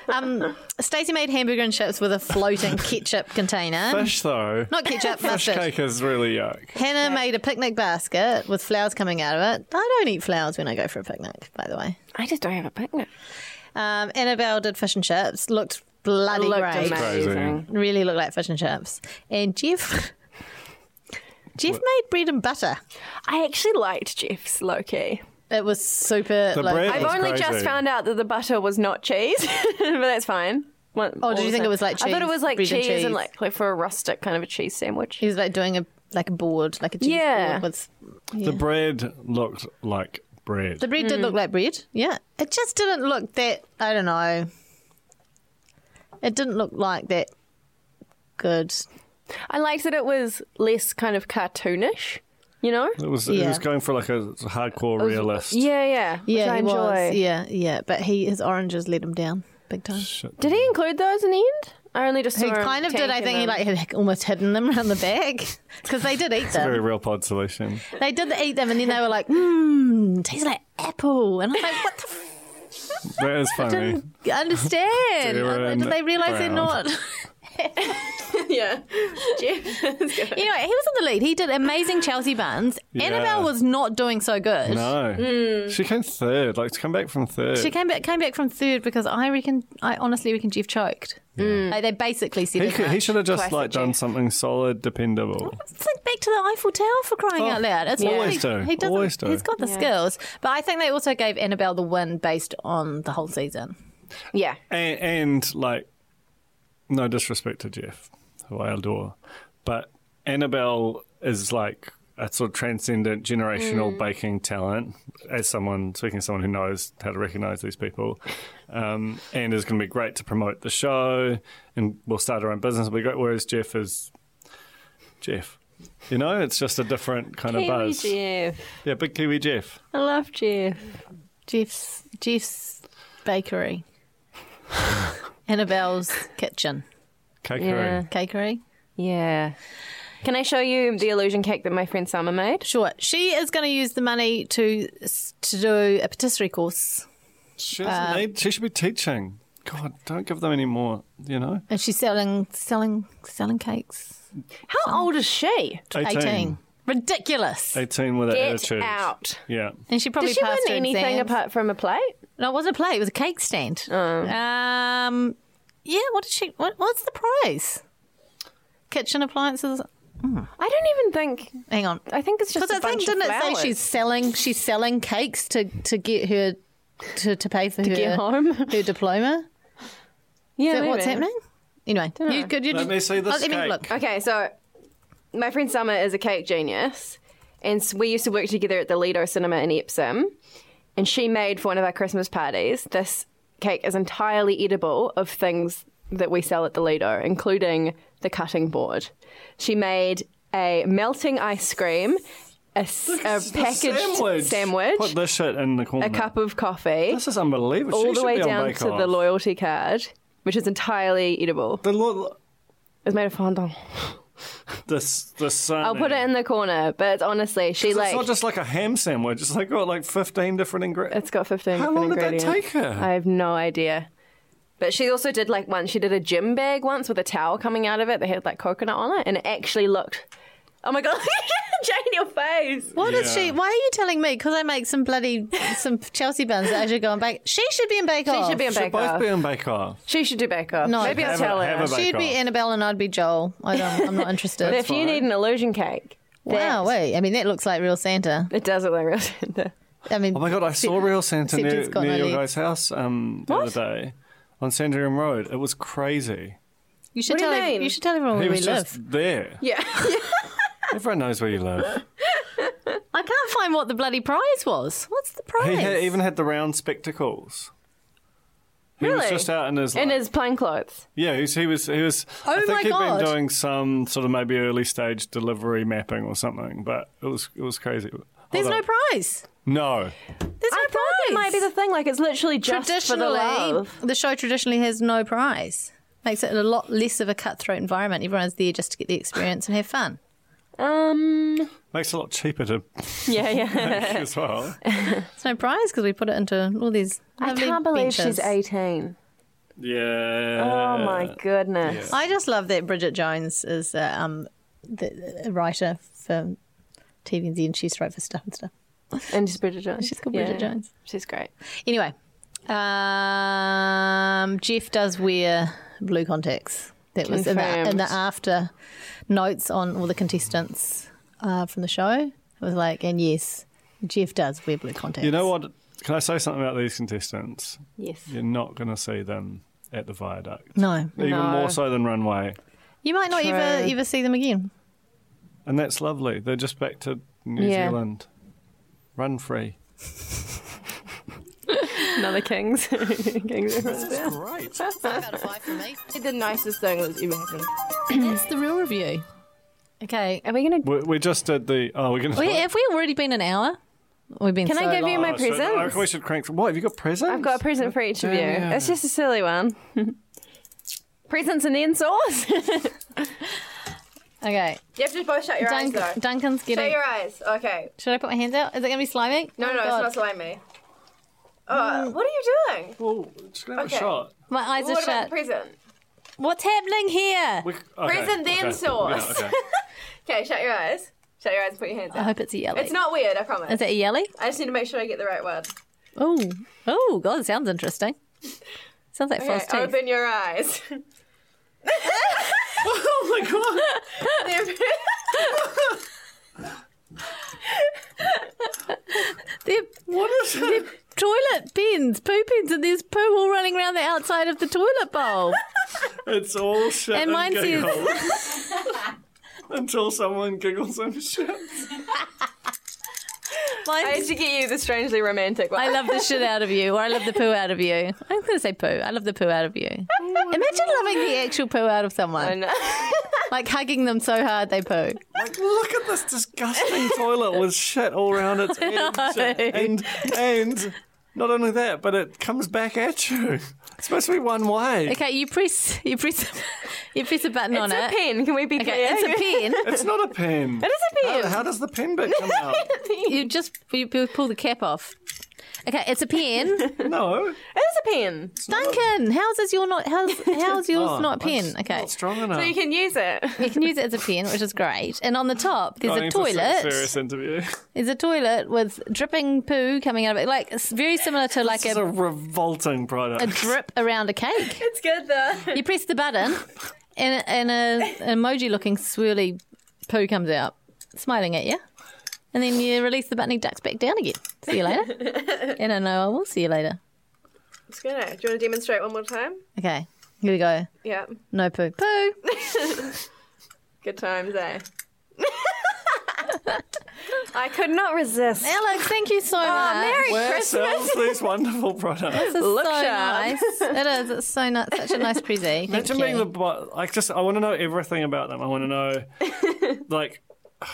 B: um, Stacey made hamburger and chips with a
D: [laughs]
B: floating ketchup container.
D: Fish, though.
B: Not
D: [laughs]
B: ketchup,
D: Fish
B: mustard.
D: cake is really yuck.
B: Hannah made a picnic basket with flowers coming out of it. I don't eat flowers when I go for a picnic, by the way.
C: I just don't have a picnic.
B: Um, Annabelle did fish and chips. Looked bloody
C: Looked
B: great.
C: amazing.
B: Really looked like fish and chips. And Jeff. [laughs] Jeff made bread and butter.
C: I actually liked Jeff's low key.
B: It was super.
D: The
B: low
D: bread
B: key.
C: I've
D: was
C: only
D: crazy.
C: just found out that the butter was not cheese, [laughs] but that's fine. One-
B: Oh, did
C: all
B: you
C: the
B: think it
C: same.
B: was like
C: I thought it
B: cheese,
C: was like
B: bread
C: cheese
B: and
C: and,
B: cheese.
C: like, like for a rustic kind of a cheese sandwich.
B: He was like doing a like a board, like a cheese
C: Yeah.
B: board with.
D: The bread looked like bread.
B: The bread did
C: Mm.
B: look like bread. Yeah, it just didn't look that. I don't know. It didn't look like that good.
C: I liked that it was less kind of cartoonish, you know?
D: it was it
B: yeah.
D: was going for like a hardcore realist.
C: Yeah, yeah. which
B: Yeah,
C: I
B: he
C: enjoy.
B: was. Yeah, yeah, but he his oranges let him down big time.
C: Did he include those in the end? I only just saw
B: He
C: him
B: kind of did. I
C: tanking
B: think he
C: them.
B: like had almost hidden them around the bag [laughs] because they did eat
D: Very
B: them.
D: real pod solution.
B: They did eat them, and then they were like, "Mmm, tastes like apple." And I'm like, "What the f-
D: That is funny.
B: didn't
D: [laughs]
B: understand?"
D: They were
B: I'm like,
D: in
B: did they realise they're
D: brown.
B: not?
C: yeah.
B: [laughs]
C: Jeff.
B: anyway, he was in the lead. He did amazing Chelsea buns.
D: Yeah.
B: Annabelle was not doing so good.
D: No. She came third. Like, to come back from third.
B: She came back came back from third because I reckon I honestly reckon Jeff choked. Like, they basically said
D: he,
B: as
D: could, he
B: much.
D: should have just
C: Classic
D: like done
C: Jeff.
D: something solid, dependable.
B: Think back to the Eiffel Tower for crying
D: Oh,
B: out loud. It's not
D: always
B: like-
D: do,
B: He doesn't-
D: always do.
B: He's got the skills, but I think they also gave Annabelle the win based on the whole season.
C: yeah.
D: And, and like, no disrespect to Jeff, who I adore, but Annabelle is like a sort of transcendent generational baking talent. As someone speaking, as someone who knows how to recognise these people, um, and is going to be great to promote the show, and we'll start our own business. It'll be great. Whereas Jeff is Jeff. You know, it's just a different kind of
C: Kiwi
D: buzz.
C: Jeff.
D: Yeah, big Kiwi Jeff.
C: I love Jeff.
B: Jeff's Jeff's bakery,
C: [laughs]
B: Annabelle's kitchen,
D: Cake
C: Yeah.
B: cakery.
C: Yeah. Can I show you the illusion cake that my friend Summer made?
B: Sure, she is going to use the money to to do a patisserie course,
D: She, doesn't need, she should be teaching. God, don't give them any more, you know?
B: and she's selling selling selling cakes.
C: How old is she?
D: 18.
B: 18. Ridiculous.
D: 18 with an
C: Get
D: attitude.
C: out.
D: Yeah.
B: And she probably
C: Did she win
B: passed her
C: anything
B: exams.
C: apart Oh. from a plate?
B: No, it wasn't a play. It was a cake stand. Um, yeah. What did she? What, what's the prize? Kitchen appliances.
C: I don't even think.
B: Hang on.
C: I think it's just
B: Because
C: a
B: I think
C: bunch
B: didn't
C: of
B: it
C: flowers.
B: say she's selling? She's selling cakes to to get her to, to pay for her
C: get home?
B: [laughs] her diploma.
C: yeah,
B: Is that what's
C: maybe.
B: happening? Anyway, you could you
D: Let
B: just,
D: me see this
B: oh, let me
D: cake.
B: look.
C: Okay, so my friend Summer is a cake genius, and s- we used to work together at the Lido Cinema in Epsom. And she made for one of our Christmas parties. This cake is entirely edible of things that we sell at the Lido, including the cutting board. She made a melting ice cream, a, s- a packaged sandwich,
D: Put this shit in the corner.
C: a cup of coffee,
D: This is unbelievable.
C: all
D: She
C: the
D: should
C: way
D: be on
C: down
D: Bake
C: to
D: Off.
C: the loyalty card, which is entirely edible.
D: The lo-
C: It's made of fondant.
D: this, the sun.
C: I'll put it in the corner, but it's honestly, she
D: It's
C: like
D: not just like a ham sandwich. It's like got like 15 different ingredients.
C: it's got fifteen.
D: How
C: different
D: long did that
C: ingredients.
D: take her?
C: I have no idea. But she also did like once she did a gym bag once with a towel coming out of it that had like coconut on it, and it actually looked. Oh my god, [laughs] Jane, your face!
B: What is
D: Yeah.
B: she? Why are you telling me? Because I make some bloody some Chelsea buns that I should go and bake. She should be in Bake
C: She
B: Off.
C: should be in
D: Should
C: Bake
D: both
C: Off.
D: be on Bake Off.
C: She should do Bake Off.
B: No.
C: Maybe I'll
D: Have a-
C: tell her.
D: have a
B: She'd be
D: Bake Off.
B: Annabelle and I'd be Joel. I don't, I'm not
C: But [laughs]
B: interested.
C: if you
D: fine.
C: need an illusion cake,
B: wow,
C: that-
B: wait. I mean, that looks like real Santa.
C: it does look like real Santa.
B: I mean,
D: Oh my god, I saw Real Santa
B: Except
D: near,
B: it's got no
D: near your
B: legs.
D: guys' house um, the
C: What?
D: other day on Sandringham Road. It was crazy.
B: you should
C: What do
B: tell
C: you
B: ev-
C: mean?
B: you should tell everyone
D: he
B: where we
D: was
B: live.
D: just there.
C: Yeah.
D: Everyone knows where you live.
B: time what the bloody prize was. What's the
D: He
B: prize?
D: had, even had the round spectacles. He was
C: Really?
D: just out in his
C: In
D: like-
C: his plain clothes.
D: yeah. He was he was, he was I
B: Oh
D: think
B: my
D: he'd
B: God.
D: been doing some sort of maybe early stage delivery mapping or something, but it was it was crazy. Hold
B: There's no
D: on.
B: prize.
D: no.
B: There's no
C: I thought
B: prize.
C: that might be the thing. Like it's literally just for the
B: traditionally,
C: love.
B: the, show traditionally has no prize. Makes it a lot less of a cutthroat environment. Everyone's there just to get the experience and have fun.
C: Um.
D: Makes it a lot cheaper to [laughs]
C: Yeah, yeah.
D: as well.
B: It's no prize because we put it into all these.
C: I
B: lovely
C: can't believe
B: benches.
C: she's 18.
D: Yeah.
C: Oh my goodness.
B: I just love that Bridget Jones is uh, um, the, a writer for TVNZ and she's wrote for stuff and stuff.
C: And she's Bridget Jones.
B: She's called Bridget Jones.
C: She's great.
B: Anyway, um, Jeff does wear blue contacts. That was in the, in
C: Confirmed.
B: the after notes on all the contestants uh, from the show. It was like, and yes, Jeff does wear blue contacts.
D: You know what? Can I say something about these contestants?
C: Yes.
D: You're not going to see them at the viaduct.
B: No,
D: Even
C: No.
D: more so than runway.
B: you might not ever
C: True.
B: ever see them again.
D: And that's lovely. They're just back to New
C: Yeah.
D: Zealand. Run free.
C: [laughs] Another Kings.
B: [laughs]
C: [laughs] Kings. the nicest thing that's ever happened.
B: That's the real review. Okay,
C: Are we going to.
D: We, we just did the. Oh, we're going to. [laughs]
B: we, have we already been an hour? We've been.
C: Can I
B: so
C: give you
B: long.
C: my
D: Oh,
C: presents?
D: we should crank. What? Have you got presents?
C: I've got a present for each of you.
D: Damn.
C: It's just a silly one. [laughs] Presents and then sauce. [laughs] you
B: Okay,
C: have to both shut your
B: Dunk, Duncan's getting.
C: eyes. Okay.
B: Should I put my hands out? Is it going to be slimy? Oh, God.
C: slimy. Oh, what are you doing?
D: Oh, just gonna have
C: Okay.
D: a shot.
B: My eyes are shut.
C: present?
B: What's happening here?
D: We, okay.
C: Present then
D: okay.
C: sauce.
D: Yeah, okay.
C: Okay, shut your eyes. Shut your eyes and put your hands
B: I hope it's a yelly.
C: not weird, I promise.
B: Is it a yelly?
C: I just need to make sure I get the right one.
B: Oh, oh, God, it sounds interesting. Sounds like
C: Okay,
B: frost tea.
C: open your [laughs] eyes. oh my god!
B: They're, what is
C: [laughs]
B: it? Toilet pins, poo pins, and there's poo all running around the outside of the toilet [laughs] bowl.
D: It's all shit.
B: And
D: And
B: mine
D: mine
B: says-
D: [laughs] Until someone giggles and shit.
C: I
B: Mine-
C: had [laughs] to get you the strangely romantic one.
B: I love the shit out of you, or I love the poo out of you. I'm going to say poo. I love the poo out of you. Imagine loving the actual poo out of
C: Oh. I
B: someone,
C: know.
B: [laughs] like hugging them so hard they poo.
D: Like, look at this
C: [laughs]
D: disgusting toilet with shit all around its edge. And, and not only that, but it comes back at you. It's supposed to be one way.
B: Okay, you press, you press, you press a button on
C: It's a
B: it.
C: pen. Can we be
B: Okay,
C: clear?
B: it's a pen.
D: It's not a pen. It
C: is a pen.
D: How, how does the pen bit come out?
C: [laughs]
B: You just you you pull the cap off. Okay, it's a
C: [laughs]
B: pen.
D: no.
C: It is a pen,
B: Duncan, how's is your not
D: [laughs]
B: how's how's yours
D: Oh,
B: not a
D: I'm
B: pen?
D: s-
B: okay.
D: Not strong enough.
C: so you can use it.
B: You can use it as a pen, which is great. And on the top, there's
D: Going
B: a
D: to some
B: toilet.
D: Serious interview.
B: There's a toilet with dripping poo coming out of it, like it's very similar to like
D: This is a
B: a,
D: revolting product.
B: a drip around a cake.
C: [laughs] It's good though.
B: You press the button, and and a an emoji-looking swirly poo comes out, smiling at you. And then you release the button, he ducks back down again. See you
C: [laughs]
B: later. and I know I will see you later.
C: It's good. eh? Do you want to demonstrate one more time?
B: Okay, here we go.
C: Yeah.
B: No poo. Poo.
C: Good times, [laughs] eh? I could not resist.
B: Alex, thank you so much.
C: Oh, Merry
D: Where
C: Christmas.
D: sells these wonderful products?
B: This is
C: Look
B: so
C: sharp.
B: nice. It is. It's so nice. Such a nice present. Thank
D: [laughs] Imagine being
B: you.
D: the bo- like just I want to know everything about them. I want to
B: [laughs]
D: know like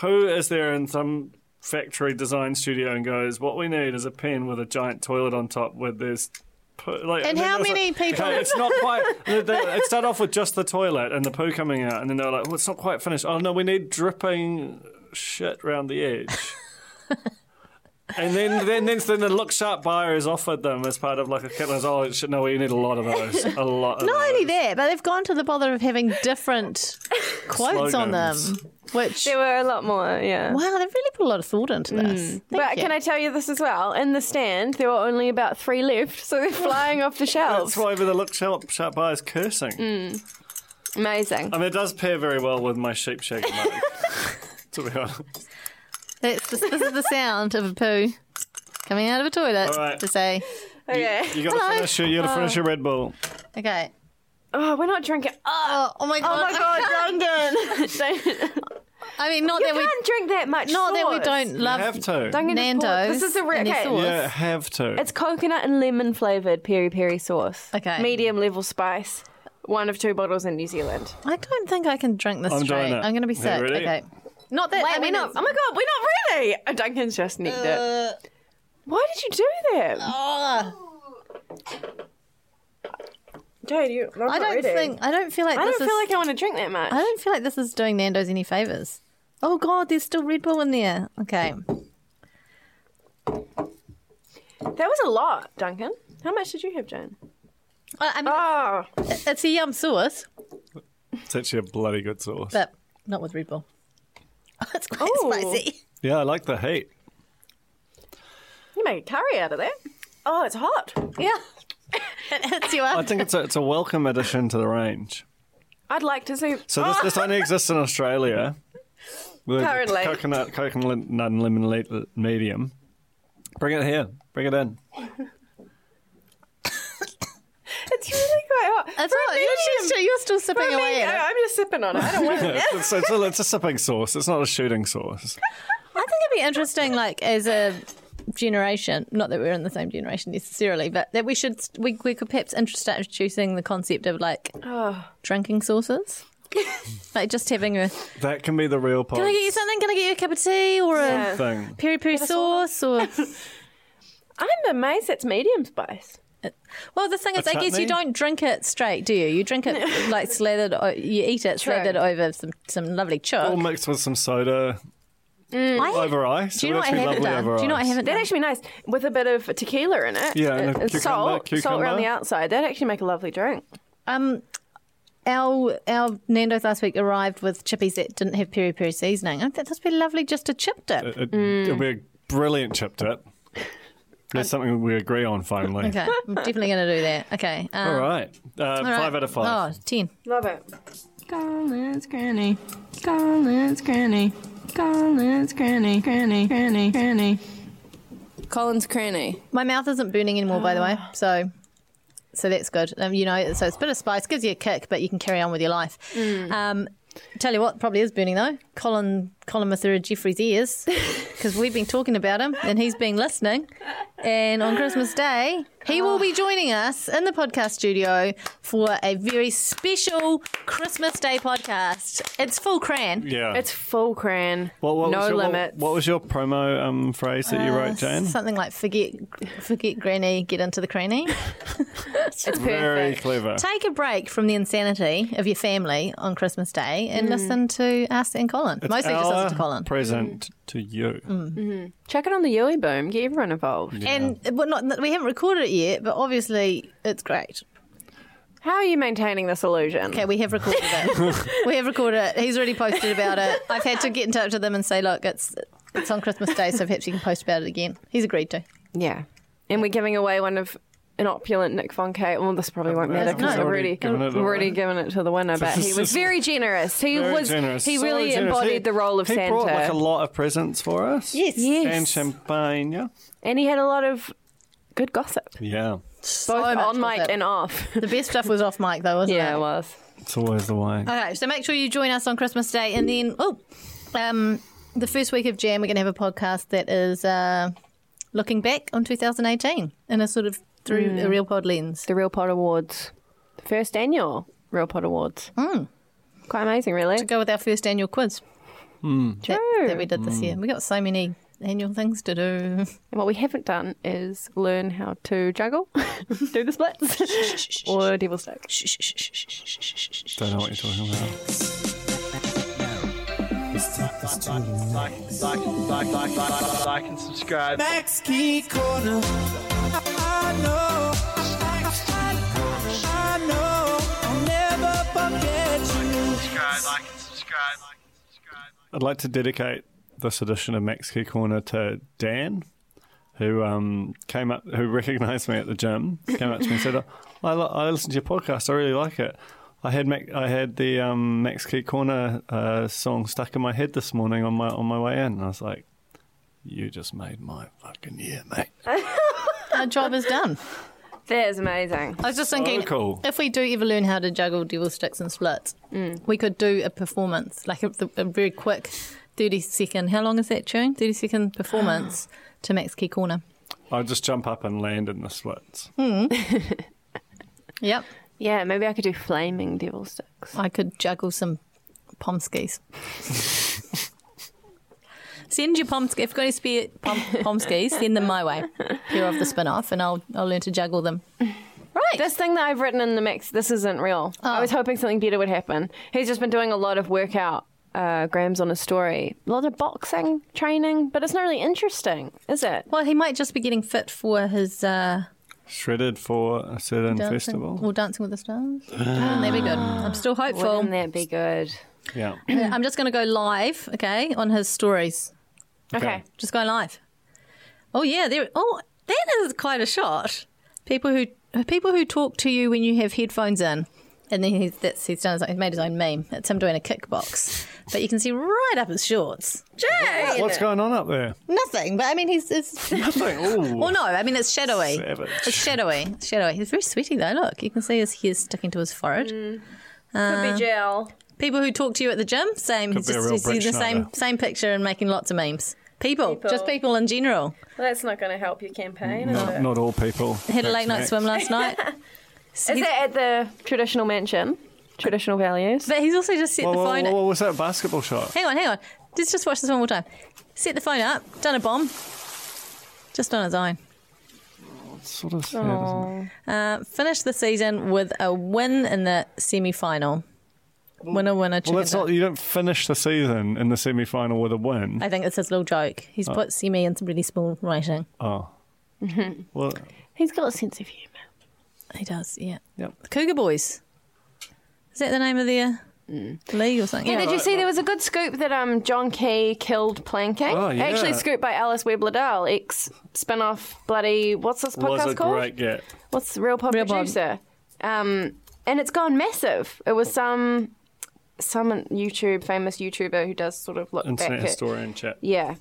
D: who is there in some factory design studio and goes, what we need is a pen with a giant toilet on top with this. poo," Like,
B: And
D: then
B: how
D: it was
B: many
D: like,
B: people-
D: Okay, it's not
B: [laughs]
D: quite. They, they- it started off with just the toilet and the poo coming out, and then they were like, "Well, it's not quite finished." Oh no, we need dripping shit round the
B: [laughs]
D: edge. and then, then, then, then the look sharp buyer is offered them as part of like a kit. and it's, Oh shit! No, we need a lot of those. A lot. Of
B: Not
D: those.
B: only that, but they've gone to the bother of having
D: [laughs]
B: different quotes on them,
D: Slogans.
B: which.
C: There were a lot more, yeah.
B: Wow, they've really put a lot of thought into this. Thank
C: But
B: you.
C: can I tell you this as well? In the stand, there were only about three left, so
B: [laughs]
C: they're flying off the
D: That's
C: shelves.
D: why the look sharp, sharp eye is cursing.
C: Amazing.
D: I mean, it does pair very well with my sheep shaking mug. to be honest.
B: That's the, this is the sound of a poo coming out of a toilet
D: All right.
B: to say,
C: Okay.
D: You got
B: Hello.
D: to finish your, you got to finish your Red Bull.
B: okay.
C: Oh, we're not drinking. Oh,
B: Oh, oh my god.
C: oh my god, Duncan! Don't-
B: [laughs] I mean, not
C: you
B: that we
C: can't drink that much.
B: not that we
C: sauce.
B: don't
D: You
B: love
D: have
C: Don't
D: to.
C: get me
B: Nando's.
C: wrong. This is a
B: and
C: real
B: their
C: okay.
B: sauce.
D: yeah, have to.
C: It's coconut and lemon flavored peri peri sauce.
B: Okay.
C: Medium level spice. One of two bottles in New Zealand.
B: I don't think I can drink this
D: I'm doing
B: straight.
D: it.
B: I'm going to be
D: You
B: sick.
D: ready?
B: Okay. Not that I
C: we're
B: mean,
C: not-
B: it's-
C: Oh my god, we're not ready. Oh, Duncan's just nicked it. Why did you do that? Ah. Dude, you, I'm
B: I
C: not
B: don't
C: ready.
B: think I don't feel like
C: I
B: this
C: don't
B: is,
C: feel like I want to drink that much.
B: I don't feel like this is doing Nando's any favors. Oh god, there's still Red Bull in there. Okay.
C: That was a lot, Duncan. How much did you have, Joan?
B: I I mean,
C: Oh,
B: it's a yum sauce,
D: It's actually a bloody good sauce.
B: but not with Red Bull. [laughs] it's quite
C: Ooh.
B: spicy.
D: yeah, I like the heat.
C: you made curry out of that. Oh, it's hot.
B: Yeah. [laughs] it hits you
D: I
B: up.
D: think it's a, it's a welcome addition to the range.
C: I'd like to see.
D: So this, this only exists in Australia. With the
C: Currently.
D: coconut, coconut and lemon le- medium. Bring it here. Bring it in.
C: It's really quite hot.
B: It's not, you're, just, you're still sipping
C: I
B: away
C: mean,
B: at it.
C: I- I'm just sipping on it. I don't want it.
D: It's, it's, a, it's a sipping sauce. It's not a shooting sauce.
B: I think it'd be interesting, like as a generation, not that we're in the same generation necessarily, but that we should we, we could perhaps int- start introducing the concept of like
C: Ah.
B: drinking
C: [laughs]
B: sauces, like just having a can
D: That can be the real pod
B: I get you something? Can I get you a cup of tea or a
D: thing.
B: peri peri sauce or
D: [laughs]
C: I'm amazed it's medium spice.
B: well the thing is
D: A
B: I guess
D: chutney?
B: you don't drink it straight do you you drink
D: [laughs]
B: it like slathered o- you eat it slathered over some some lovely
D: All
B: chalk
D: mixed with some soda
B: I-
D: over ice.
B: do you know
D: It would
B: what I
D: actually be
B: haven't
D: lovely
B: done
D: over
B: do you know what I
D: ice.
B: haven't
C: That'd
B: done
C: actually be nice with a bit of tequila in it.
D: Yeah, and a
C: Uh,
D: cucumber-
C: salt, salt around
D: cucumber.
C: the outside. That'd actually make a lovely drink.
B: Um, our our Nando's last week arrived with chippies that didn't have peri peri seasoning. I think that'd be lovely just a chip dip.
D: It,
C: Mm.
D: It'll be a brilliant chip tip.
C: Uh,
D: There's something we agree on finally.
B: Okay, I'm definitely going to do that. Okay. Um,
D: All right. Uh,
B: all right.
D: Five out of five.
B: Oh, 10.
C: Love it.
I: Scarlet's Granny. Scarlet's Granny. Scarlet's Granny. Granny. Granny. Granny.
F: Colin's cranny.
B: My mouth isn't burning anymore, by the way. So. So that's good. Um, you know, so it's a bit of spice, gives you a kick, but you can carry on with your life. Um, tell you what, probably is burning though. Colin, Colin Mathura Jeffrey's ears, because we've been talking about him and he's been listening. And on Christmas Day, he will be joining us in the podcast studio for a very special Christmas Day podcast. It's full cran.
D: Yeah.
C: It's full cran.
D: What- what
C: no
D: was your, what-
C: limits. Uh,
D: What, was your promo um, phrase that you wrote, Jane?
B: Something like forget, forget granny, get into the cranny.
C: it's
D: Very
C: perfect.
D: clever.
B: Take a break from the insanity of your family on Christmas Day and
C: Hmm.
B: listen to us and Colin. Mostly just
D: Our
B: listen to Colin.
C: Mm.
D: Present to you.
C: Check it on the Yui Boom. Get everyone involved.
B: And uh, well, not we haven't recorded it yet, but obviously it's great.
C: How are you maintaining this illusion?
B: Okay, we have recorded
C: [laughs]
B: it. we have recorded it. He's already posted about it. I've had to get in touch with them and say, look, it's it's on Christmas Day, so perhaps you can post about it again. He's agreed to.
C: Yeah. [laughs] And we're giving away one of an opulent Nick Fonke. Well, this probably won't matter because
B: No.
C: I've already,
D: Already given it
C: I've already
D: away.
C: given it to the winner. But he [laughs] was very generous. He
D: Very
C: was.
D: generous.
C: He
D: So
C: really
D: generous.
C: embodied
D: He-
C: the role of
D: he
C: Santa.
D: brought like a lot of presents for us.
B: Yes.
D: And
C: yes. And,
D: champagne. Yeah.
C: he had a lot of good gossip,
D: Yeah.
B: So
C: both
B: much
C: on
B: was
C: mic
B: it.
C: and off. [laughs]
B: the best stuff was off mic though, wasn't
C: yeah,
B: it?
C: it was.
D: It's always the way.
B: Okay, so make sure you join us on Christmas Day, and then oh, um, the first week of Jan, we're going to have a podcast that is uh, looking back on 2018 in a sort of through a real pod lens.
C: The Real Pod Awards, the first annual Real Pod Awards. Quite amazing, really.
B: To go with our first annual quiz that,
C: True.
B: that we did this year. We got so many annual things to do.
C: And what we haven't done is learn how to juggle, [laughs] do the splits, or devil stick.
D: Don't know what you're talking about.
J: Like and subscribe. Subscribe, like and subscribe, like and subscribe.
D: I'd like to dedicate this edition of Max Key Corner to Dan, who um, came up, who recognised me at the gym, came up to me and said, "I, li- I listened to your podcast. I really like it. I had Mac- I had the um, Max Key Corner uh, song stuck in my head this morning on my on my way in, and I was like." You just made my fucking year, mate.
B: Our job is done.
C: That is amazing.
B: I was just thinking,
C: Oh, cool.
B: if we do ever learn how to juggle devil sticks and splits, we could do a performance, like a, a very quick 30 second, how long is that tune? 30 second performance to Max Key Corner.
D: I'll just jump up and land in the splits.
B: Yep.
C: Yeah, maybe I could do flaming devil sticks.
B: I could juggle some pomskis. [laughs] send your pomskis. If you've got any spare pom- pomskis, send them my way. Here of the spin off, and I'll, I'll learn to juggle them. Right.
C: This thing that I've written in the mix, this isn't real. I was hoping something better would happen. He's just been doing a lot of workout. Uh, Graham's on his story. A lot of boxing training, but it's not really interesting, is it?
B: Well, he might just be getting fit for his uh,
D: Shredded for a certain
B: dancing,
D: festival.
B: or Dancing with the Stars. Wouldn't that be good? I'm still hopeful.
C: Wouldn't that be good?
D: Yeah.
B: I'm just going to go live, okay, on his stories.
D: Okay.
B: Just go live. Oh yeah, there. Oh, that is quite a shot. People who people who talk to you when you have headphones in, and then he's that's he's done. His, he's made his own meme. It's him doing a kickbox, but you can see right up his shorts. Jane,
D: What's going on up there?
B: nothing. But I mean, he's. it's
C: [laughs]
D: Nothing. Ooh.
B: well, no, I mean it's shadowy.
D: Savage.
B: It's shadowy. It's shadowy. He's very sweaty though. Look, you can see his hair sticking to his forehead.
C: Could be gel.
B: People who talk to you at the gym, same.
D: Could be a
B: just
D: real
B: just using the
D: Brit
B: same
D: Schneider.
B: same picture and making lots of memes. People,
C: People.
B: just people in general.
C: Well, that's not going to help your campaign, is
D: Not, not all people.
B: Had a late night
D: Next,
B: swim last night.
C: Is it at the traditional mansion? Traditional values.
B: But he's also just set
D: Whoa,
B: the
D: whoa,
B: phone.
D: whoa, what was that basketball shot?
B: Hang on, hang on. Let's just watch this one more time. Set the phone up. Done a bomb. Just on his own.
D: Sort of sad,
C: Oh,
D: isn't it?
B: Uh, finished the season with a win in the semi-final. Winner, winner, chicken
D: Well, that's not.
B: dinner.
D: You don't finish the season in the semi-final with a win.
B: I think it's his little joke. He's put semi in some really small writing.
C: [laughs]
D: Oh. well,
C: He's got a sense of humour.
B: He does, yeah.
D: Yep.
B: The Cougar Boys. Is that the name of their
D: Mm.
B: league or something?
C: Yeah, did you see there was a good scoop that um, John Key killed planking?
D: Oh, yeah.
C: Actually, scooped by Alice Webb Liddell, ex spin off bloody. What's this
D: was
C: podcast
D: a
C: called?
D: great get.
C: What's the Real Pop
B: Real Pod.
C: Producer? Um, and it's gone massive. It was some some YouTube, famous YouTuber who does sort of look
D: Internet
C: back at.
D: historian chat.
C: Yeah.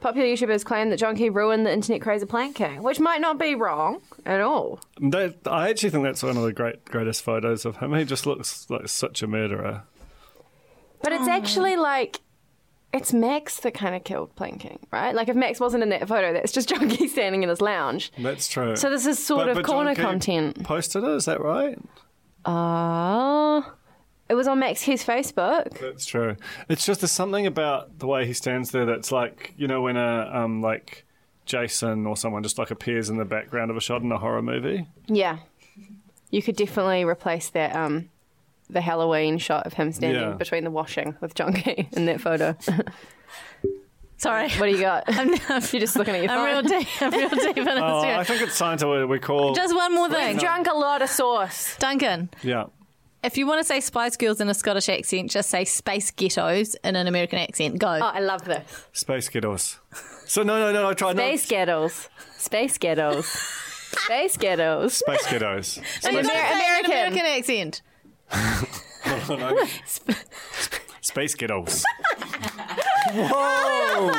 C: Popular YouTubers claim that John Key ruined the internet craze of planking, which might not be wrong at all.
D: That, I actually think that's one of the great greatest photos of him. He just looks like such a murderer.
C: But it's actually like it's Max that kind of killed planking, right? Like if Max wasn't in that photo, that's just [laughs] John Key standing in his lounge.
D: That's true.
C: So this is sort
D: But-
C: of
D: but
C: corner
D: John Key
C: content.
D: Posted it, is that right?
C: Oh, it was on Max Hughes' Facebook.
D: That's true. It's just there's something about the way he stands there that's like you know when a um like Jason or someone just like appears in the background of a shot in a horror movie.
C: Yeah, you could definitely replace that um, the Halloween shot of him standing
D: Yeah.
C: between the washing with John Key in that photo.
B: Sorry.
C: [laughs] what do you got?
B: [laughs] I'm, I'm,
C: [laughs] You're just looking at your phone.
B: I'm real deep. I'm real deep in
D: Oh,
B: his
D: I think it's time to we call.
B: Just one more thing.
C: Drunk a lot of sauce.
B: Duncan,
D: yeah.
B: if you want to say Spice Girls in a Scottish accent, just say Space Ghettos in an American accent. Go.
C: Oh, I love this.
D: Space Ghettos. So no, no, no. I tried not.
C: [laughs] Space ghettos. Space [laughs] ghettos. Space ghettos.
D: Space
C: [laughs]
D: Ghettos.
B: And you've got to
C: Amer-
B: say it in an
C: American.
B: American accent.
D: Space Ghettos. Whoa!
C: Oh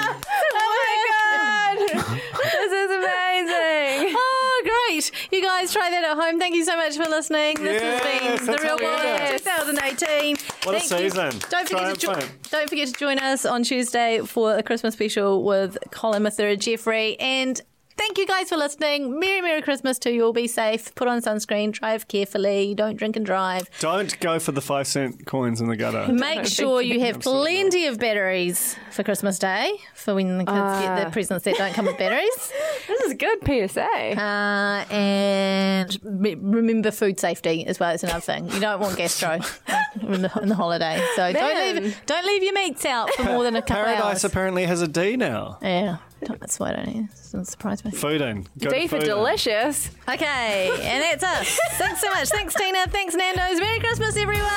C: my god! this is amazing.
B: Oh, great. You guys try that at home. Thank you so much for listening. This
D: Yes,
B: has been The
D: that's
B: Real
D: how we
B: World
D: do it.
B: 2018.
D: What a
B: Thank
D: season.
B: You. Don't,
D: Try
B: forget to
D: and
B: jo-
D: fun.
B: don't forget to join us on Tuesday for the Christmas special with Colin Mathura Jeffrey. And thank you guys for listening. Merry, Merry Christmas to you all. Be safe. Put on sunscreen. Drive carefully. Don't drink and drive.
D: Don't go for the five cent coins in the gutter.
B: Make sure you have plenty of batteries for Christmas Day for when the kids get the presents that don't come with batteries.
C: This is good PSA.
B: Uh, and re- remember food safety as well. It's another thing. You don't want gastro in, the, in the holiday. So don't
C: Man.
B: leave, don't leave your meats out for more than a couple
D: Paradise
B: hours.
D: apparently has a D now.
B: Yeah, Don't- that's why I don't eat. Doesn't surprise me.
D: Food in. Go
C: D for
D: food in.
C: delicious.
B: Okay, and that's us. Thanks so much. Thanks, Tina. Thanks, Nando's. Merry Christmas, everyone.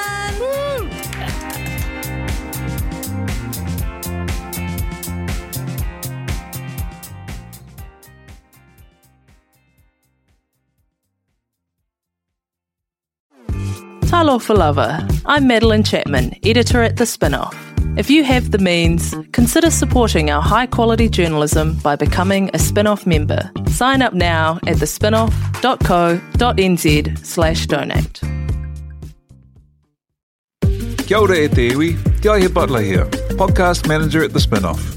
K: Talo for Lover. I'm Madeline Chapman, editor at The Spinoff.
B: If you have the means, consider supporting our high quality journalism by becoming a spinoff member. Sign up now at thespinoff.co.nz slash donate.
A: Kia ora e te iwi, Te Aihe Butler here, podcast manager at The Spinoff.